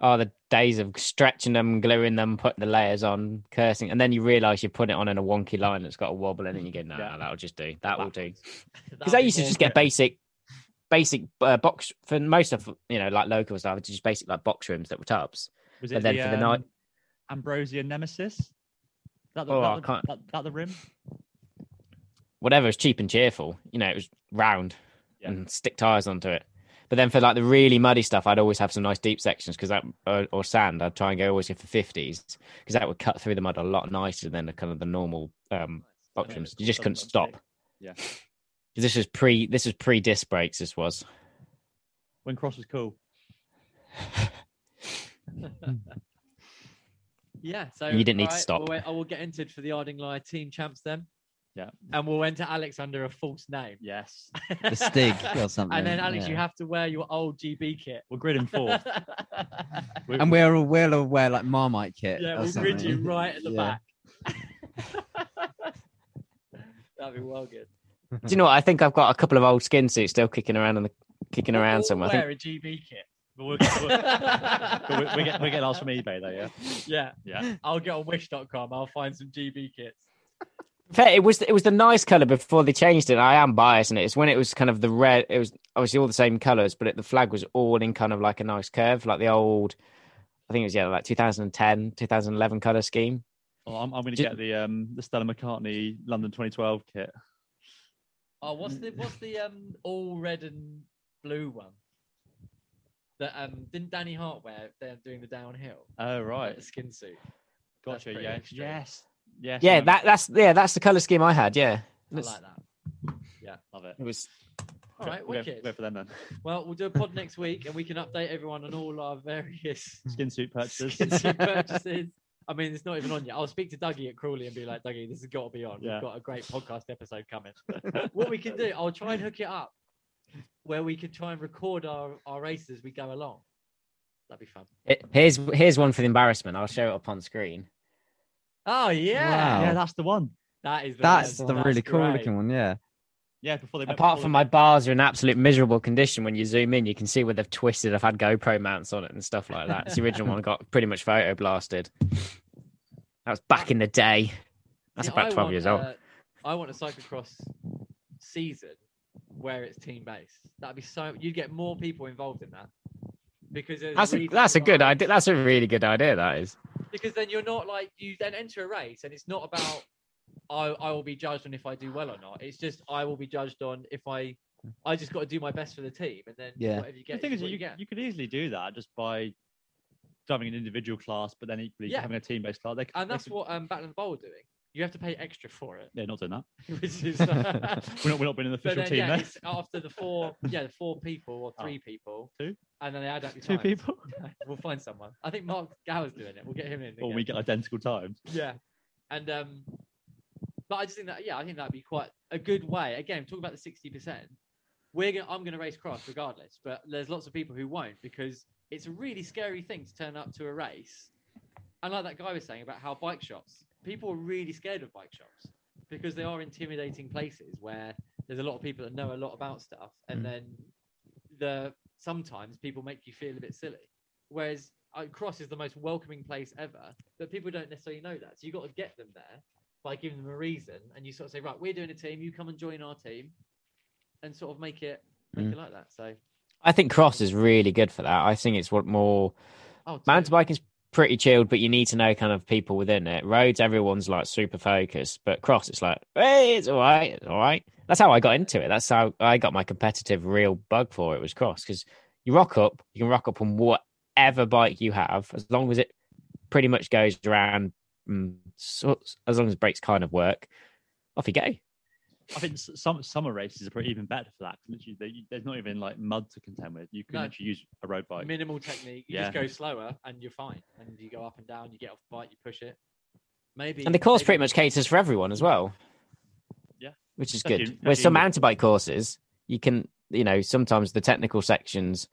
C: Oh, the days of stretching them, gluing them, putting the layers on, cursing, and then you realise you're putting it on in a wonky line that's got a wobble in it. And you go, no,
F: Yeah.
C: no, that'll just do. That will do. Because
D: That'll
C: I
D: be
C: used to
D: more
C: just get
D: grip.
C: basic, basic uh, box for most of you know like local stuff. It's just basic like box rooms that were tubs.
F: Was it
C: But then
F: the,
C: for the night-
F: um, Ambrosia Nemesis? Is That the,
C: Oh,
F: that
C: I
F: the-
C: can't-
F: That, that the rim?
C: Whatever was cheap and cheerful, you know, it was round
F: Yeah.
C: and stick tires onto it. But then for like the really muddy stuff, I'd always have some nice deep sections because that or, or sand. I'd try and go always go for fifties because that would cut through the mud a lot nicer than the kind of the normal um, box
F: Yeah,
C: rooms.
F: it's
C: You just
F: got
C: couldn't
F: some
C: stop.
F: stick. Yeah.
C: [laughs] This was pre. This was pre disc brakes. This
F: [laughs]
C: was.
F: When cross was cool.
D: Yeah, so
C: You didn't need to
D: alright,
C: stop.
D: We'll wait, I will get entered for the Arding Liar team champs then.
F: Yeah.
D: and we'll enter Alex under a false name.
F: Yes.
D: [laughs]
E: The Stig or something.
D: and then Alex,
E: yeah.
D: you have to wear your old GB kit.
F: We'll grid
C: [laughs]
D: [laughs]
F: him fourth. We-
E: And we're we'll aware like Marmite kit.
D: yeah,
E: or
D: we'll grid you
E: something.
D: right at the
E: Yeah.
D: back. That'd be well good.
C: Do you know what? I think I've got a couple of old skin suits still kicking around in the
G: kicking around
F: All
G: somewhere. I
F: Wear
G: think
F: a GB kit. But we're, but we're, we're, get- we're getting ours from eBay though, yeah.
D: yeah.
F: Yeah.
D: I'll get on wish.com. I'll find some GB kits.
G: fair, it was it was the nice color before they changed it. I am biased, and it's when it was kind of the red. It was obviously all the same colors, but it, the flag was all in kind of like a nice curve, like the old. I think it was yeah, like 2010, 2011 color scheme.
F: Well, Oh, I'm, I'm going to
G: Did-
F: get the um the Stella McCartney London 2012 kit.
D: Oh, what's the what's the um all red and blue one? That um didn't Danny Hart wear they're doing the downhill?
F: Oh
D: like
F: right,
D: The skin suit. That's
F: gotcha.
D: pretty
F: Yes,
D: extreme.
F: yes, yes.
G: Yeah,
F: I
G: that that's yeah, that's the color scheme I had. Yeah,
D: I
G: That's-
D: like that.
F: love it.
G: it was
D: All right,
F: we'll go-
D: wicked.
F: Go for them then.
D: Well, we'll do a pod next week and we can update everyone on all our
E: [laughs]
D: various
F: Skin suit purchases.
D: Hmm. skin
F: [laughs]
D: suit purchases. I mean, it's not even on yet. I'll speak to Dougie at Crawley and be like, Dougie, this has got to be on.
F: Yeah.
D: We've got a great podcast episode coming. [laughs] what we can do, I'll try and hook it up where we can try and record our, our races as we go along. That'd be fun.
C: It- here's here's one for the embarrassment. I'll show it up on screen.
D: Oh, yeah.
E: Wow.
F: Yeah, that's the one.
D: That is the
E: That's
D: best one.
E: the really cool
D: great.
E: looking
D: [laughs]
E: one. Yeah.
F: Yeah, before they went-
C: Apart
F: before
C: from
F: they-
C: my bars are in absolute miserable condition. When you zoom in, you can see where they've twisted. I've had GoPro mounts on it and stuff like that. It's the original one got pretty much photo blasted. That was back in the day. That's
D: Yeah, I
C: about twelve
D: want uh,
C: years old.
D: a- I want a cyclocross season where it's team based. That'd be so. You'd get more people involved in that because there's
C: That's a,
D: reason
C: that's a good
D: why-
C: idea. That's a really good idea. That is.
D: Because then you're not like you then enter a race and it's not about I I will be judged on if I do well or not. It's just I will be judged on if I I just got to do my best for the team and then
E: Yeah.
D: whatever you get.
F: the thing
D: is
F: is,
D: what
F: you,
D: you get.
F: you could easily do that just by having an individual class, but then equally
D: Yeah.
F: having a team-based class. They, c-
D: and
F: they
D: that's
F: could-
D: what um Battle and Bowl are doing. You have to pay extra for it, [laughs]
F: They're not doing that.
D: which
C: [laughs]
D: is [laughs] uh,
F: We're not, we're not being an
D: But
F: official
D: then,
F: team.
D: yeah,
F: there. Oh.
D: it's after the four, yeah, the four people or three people,
F: Two?
D: and then they add up your
F: Two
D: times.
F: people,
D: We'll find someone. I think Mark Gower's doing it. We'll get him in.
F: or
D: again.
F: we get identical times.
D: Yeah, and um, but I just think that yeah, I think that'd be quite a good way. Again, talk about the sixty percent. We're gonna, I'm gonna race cross regardless, but there's lots of people who won't because it's a really scary thing to turn up to a race. And like that guy was saying about how bike shops, people are really scared of bike shops because they are intimidating places where there's a lot of people that know a lot about stuff, and then the sometimes people make you feel a bit silly. Whereas uh, Cross is the most welcoming place ever, but people don't necessarily know that. So you've got to get them there by giving them a reason, and you sort of say, right, we're doing a team, you come and join our team, and sort of make it make
C: Mm.
D: it like that. So
C: I think cross is really good for that. I think it's what more
D: oh, dude,
C: mountain biking's pretty chilled, but you need to know kind of people within it. Roads, everyone's like super focused, but cross, it's like, hey, it's all right, it's all right. That's how I got into it. That's how I got my competitive real bug for it was cross because you rock up, you can rock up on whatever bike you have as long as it pretty much goes around. mm, so, as long as brakes kind of work, off you go.
F: I think s- some summer races are probably even better for that. 'cause Literally, they, there's not even like mud to contend with. You can
D: No.
F: actually use a road bike.
D: minimal technique. You just
F: Yeah.
D: go slower, and you're fine. And you go up and down. You get off the bike, you push it. Maybe
C: And the course
D: maybe-
C: pretty much caters for everyone as well.
F: Yeah.
C: Which is
F: Especially-
C: good. Whereas some
F: especially-
C: mountain bike courses, you can, you know, sometimes the technical sections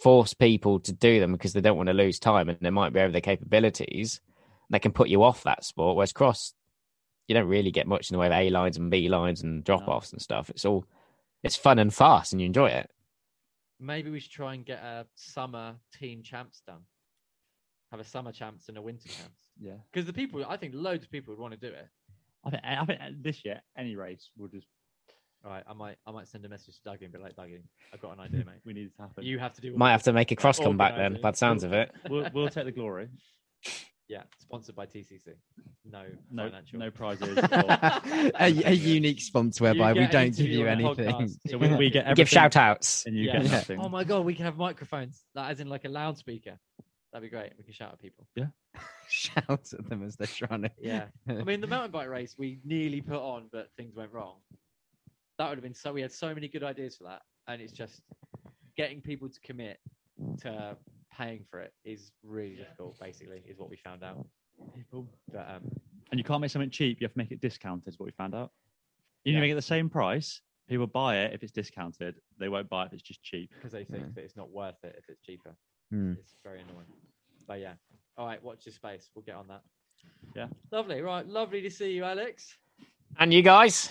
C: force people to do them because they don't want to lose time and they might be over their capabilities. They can put you off that sport. Whereas cross, you don't really get much in the way of A lines and B lines and drop offs and stuff. It's all, it's fun and fast and you enjoy it.
D: Maybe we should try and get a summer team champs done. Have a summer champs and a winter champs.
F: Yeah.
D: Because the people, I think loads of people would want to do it.
F: I think, I think uh, this year any race will just
D: All right, I might, I might send a message to Dougie and be like, Dougie, I've got an
C: [laughs]
D: idea, mate.
F: we need it to happen.
D: You have to do. all
C: Might
D: this.
C: have to make a cross
D: Organise
C: comeback then,
D: it.
C: by the sounds of it.
F: We'll, we'll take the glory.
D: Yeah, sponsored by TCC. No,
F: No,
D: financial. [laughs]
F: no prizes. or-
E: a, a unique sponsor whereby we
D: get an
E: don't give
D: interview
E: you
D: on a
E: anything. [laughs]
D: podcast.
F: So we, we get everything
C: Give shout outs.
F: and you
D: Yeah.
F: get nothing.
D: Oh my god, we can have microphones, like, as in like a loudspeaker. That'd be great. We can shout at people.
E: Shout at them as they're trying to.
D: Yeah. I
E: [laughs]
D: mean, the mountain bike race we nearly put on, but things went wrong. That would have been so. We had so many good ideas for that, and it's just getting people to commit to paying for it is really difficult. Basically, is what we found out. But um,
F: And you can't make something cheap. You have to make it discounted. Is what we found out. You can make it the same price. People buy it if it's discounted. They won't buy it if it's just cheap.
D: because they think that it's not worth it if it's cheaper.
E: Hmm.
D: It's very annoying. But yeah. All right, watch your space. We'll get on that.
F: Yeah.
D: Lovely. Right. Lovely to see you, Alex.
C: And you guys?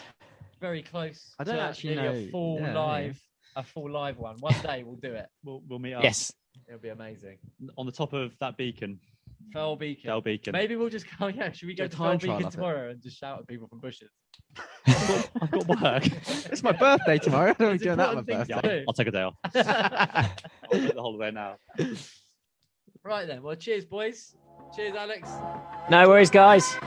D: Very close.
E: I don't
D: to
E: actually
D: nearly a
E: know-
D: full
E: yeah, I know.
D: live a full live one. One day we'll do it.
F: We'll, we'll meet up
G: Yes.
D: It'll be amazing.
F: on the top of that beacon,
D: Fell Beacon.
F: Dell Beacon.
D: Maybe we'll just go. [laughs] Yeah, should we
E: Do
D: go
E: a
D: to Fell
E: time trial
D: Beacon
E: of it.
D: tomorrow and just shout at people from
E: [laughs]
D: bushes?
F: [laughs]
D: [laughs]
F: I've got work.
E: It's my birthday tomorrow. I don't want to be doing that on my
D: important
E: birthday.
D: thing
F: yeah, I'll, I'll take a day off. I'll take the holiday now.
D: right then. Well, cheers, boys. Cheers, Alex.
G: No worries, guys.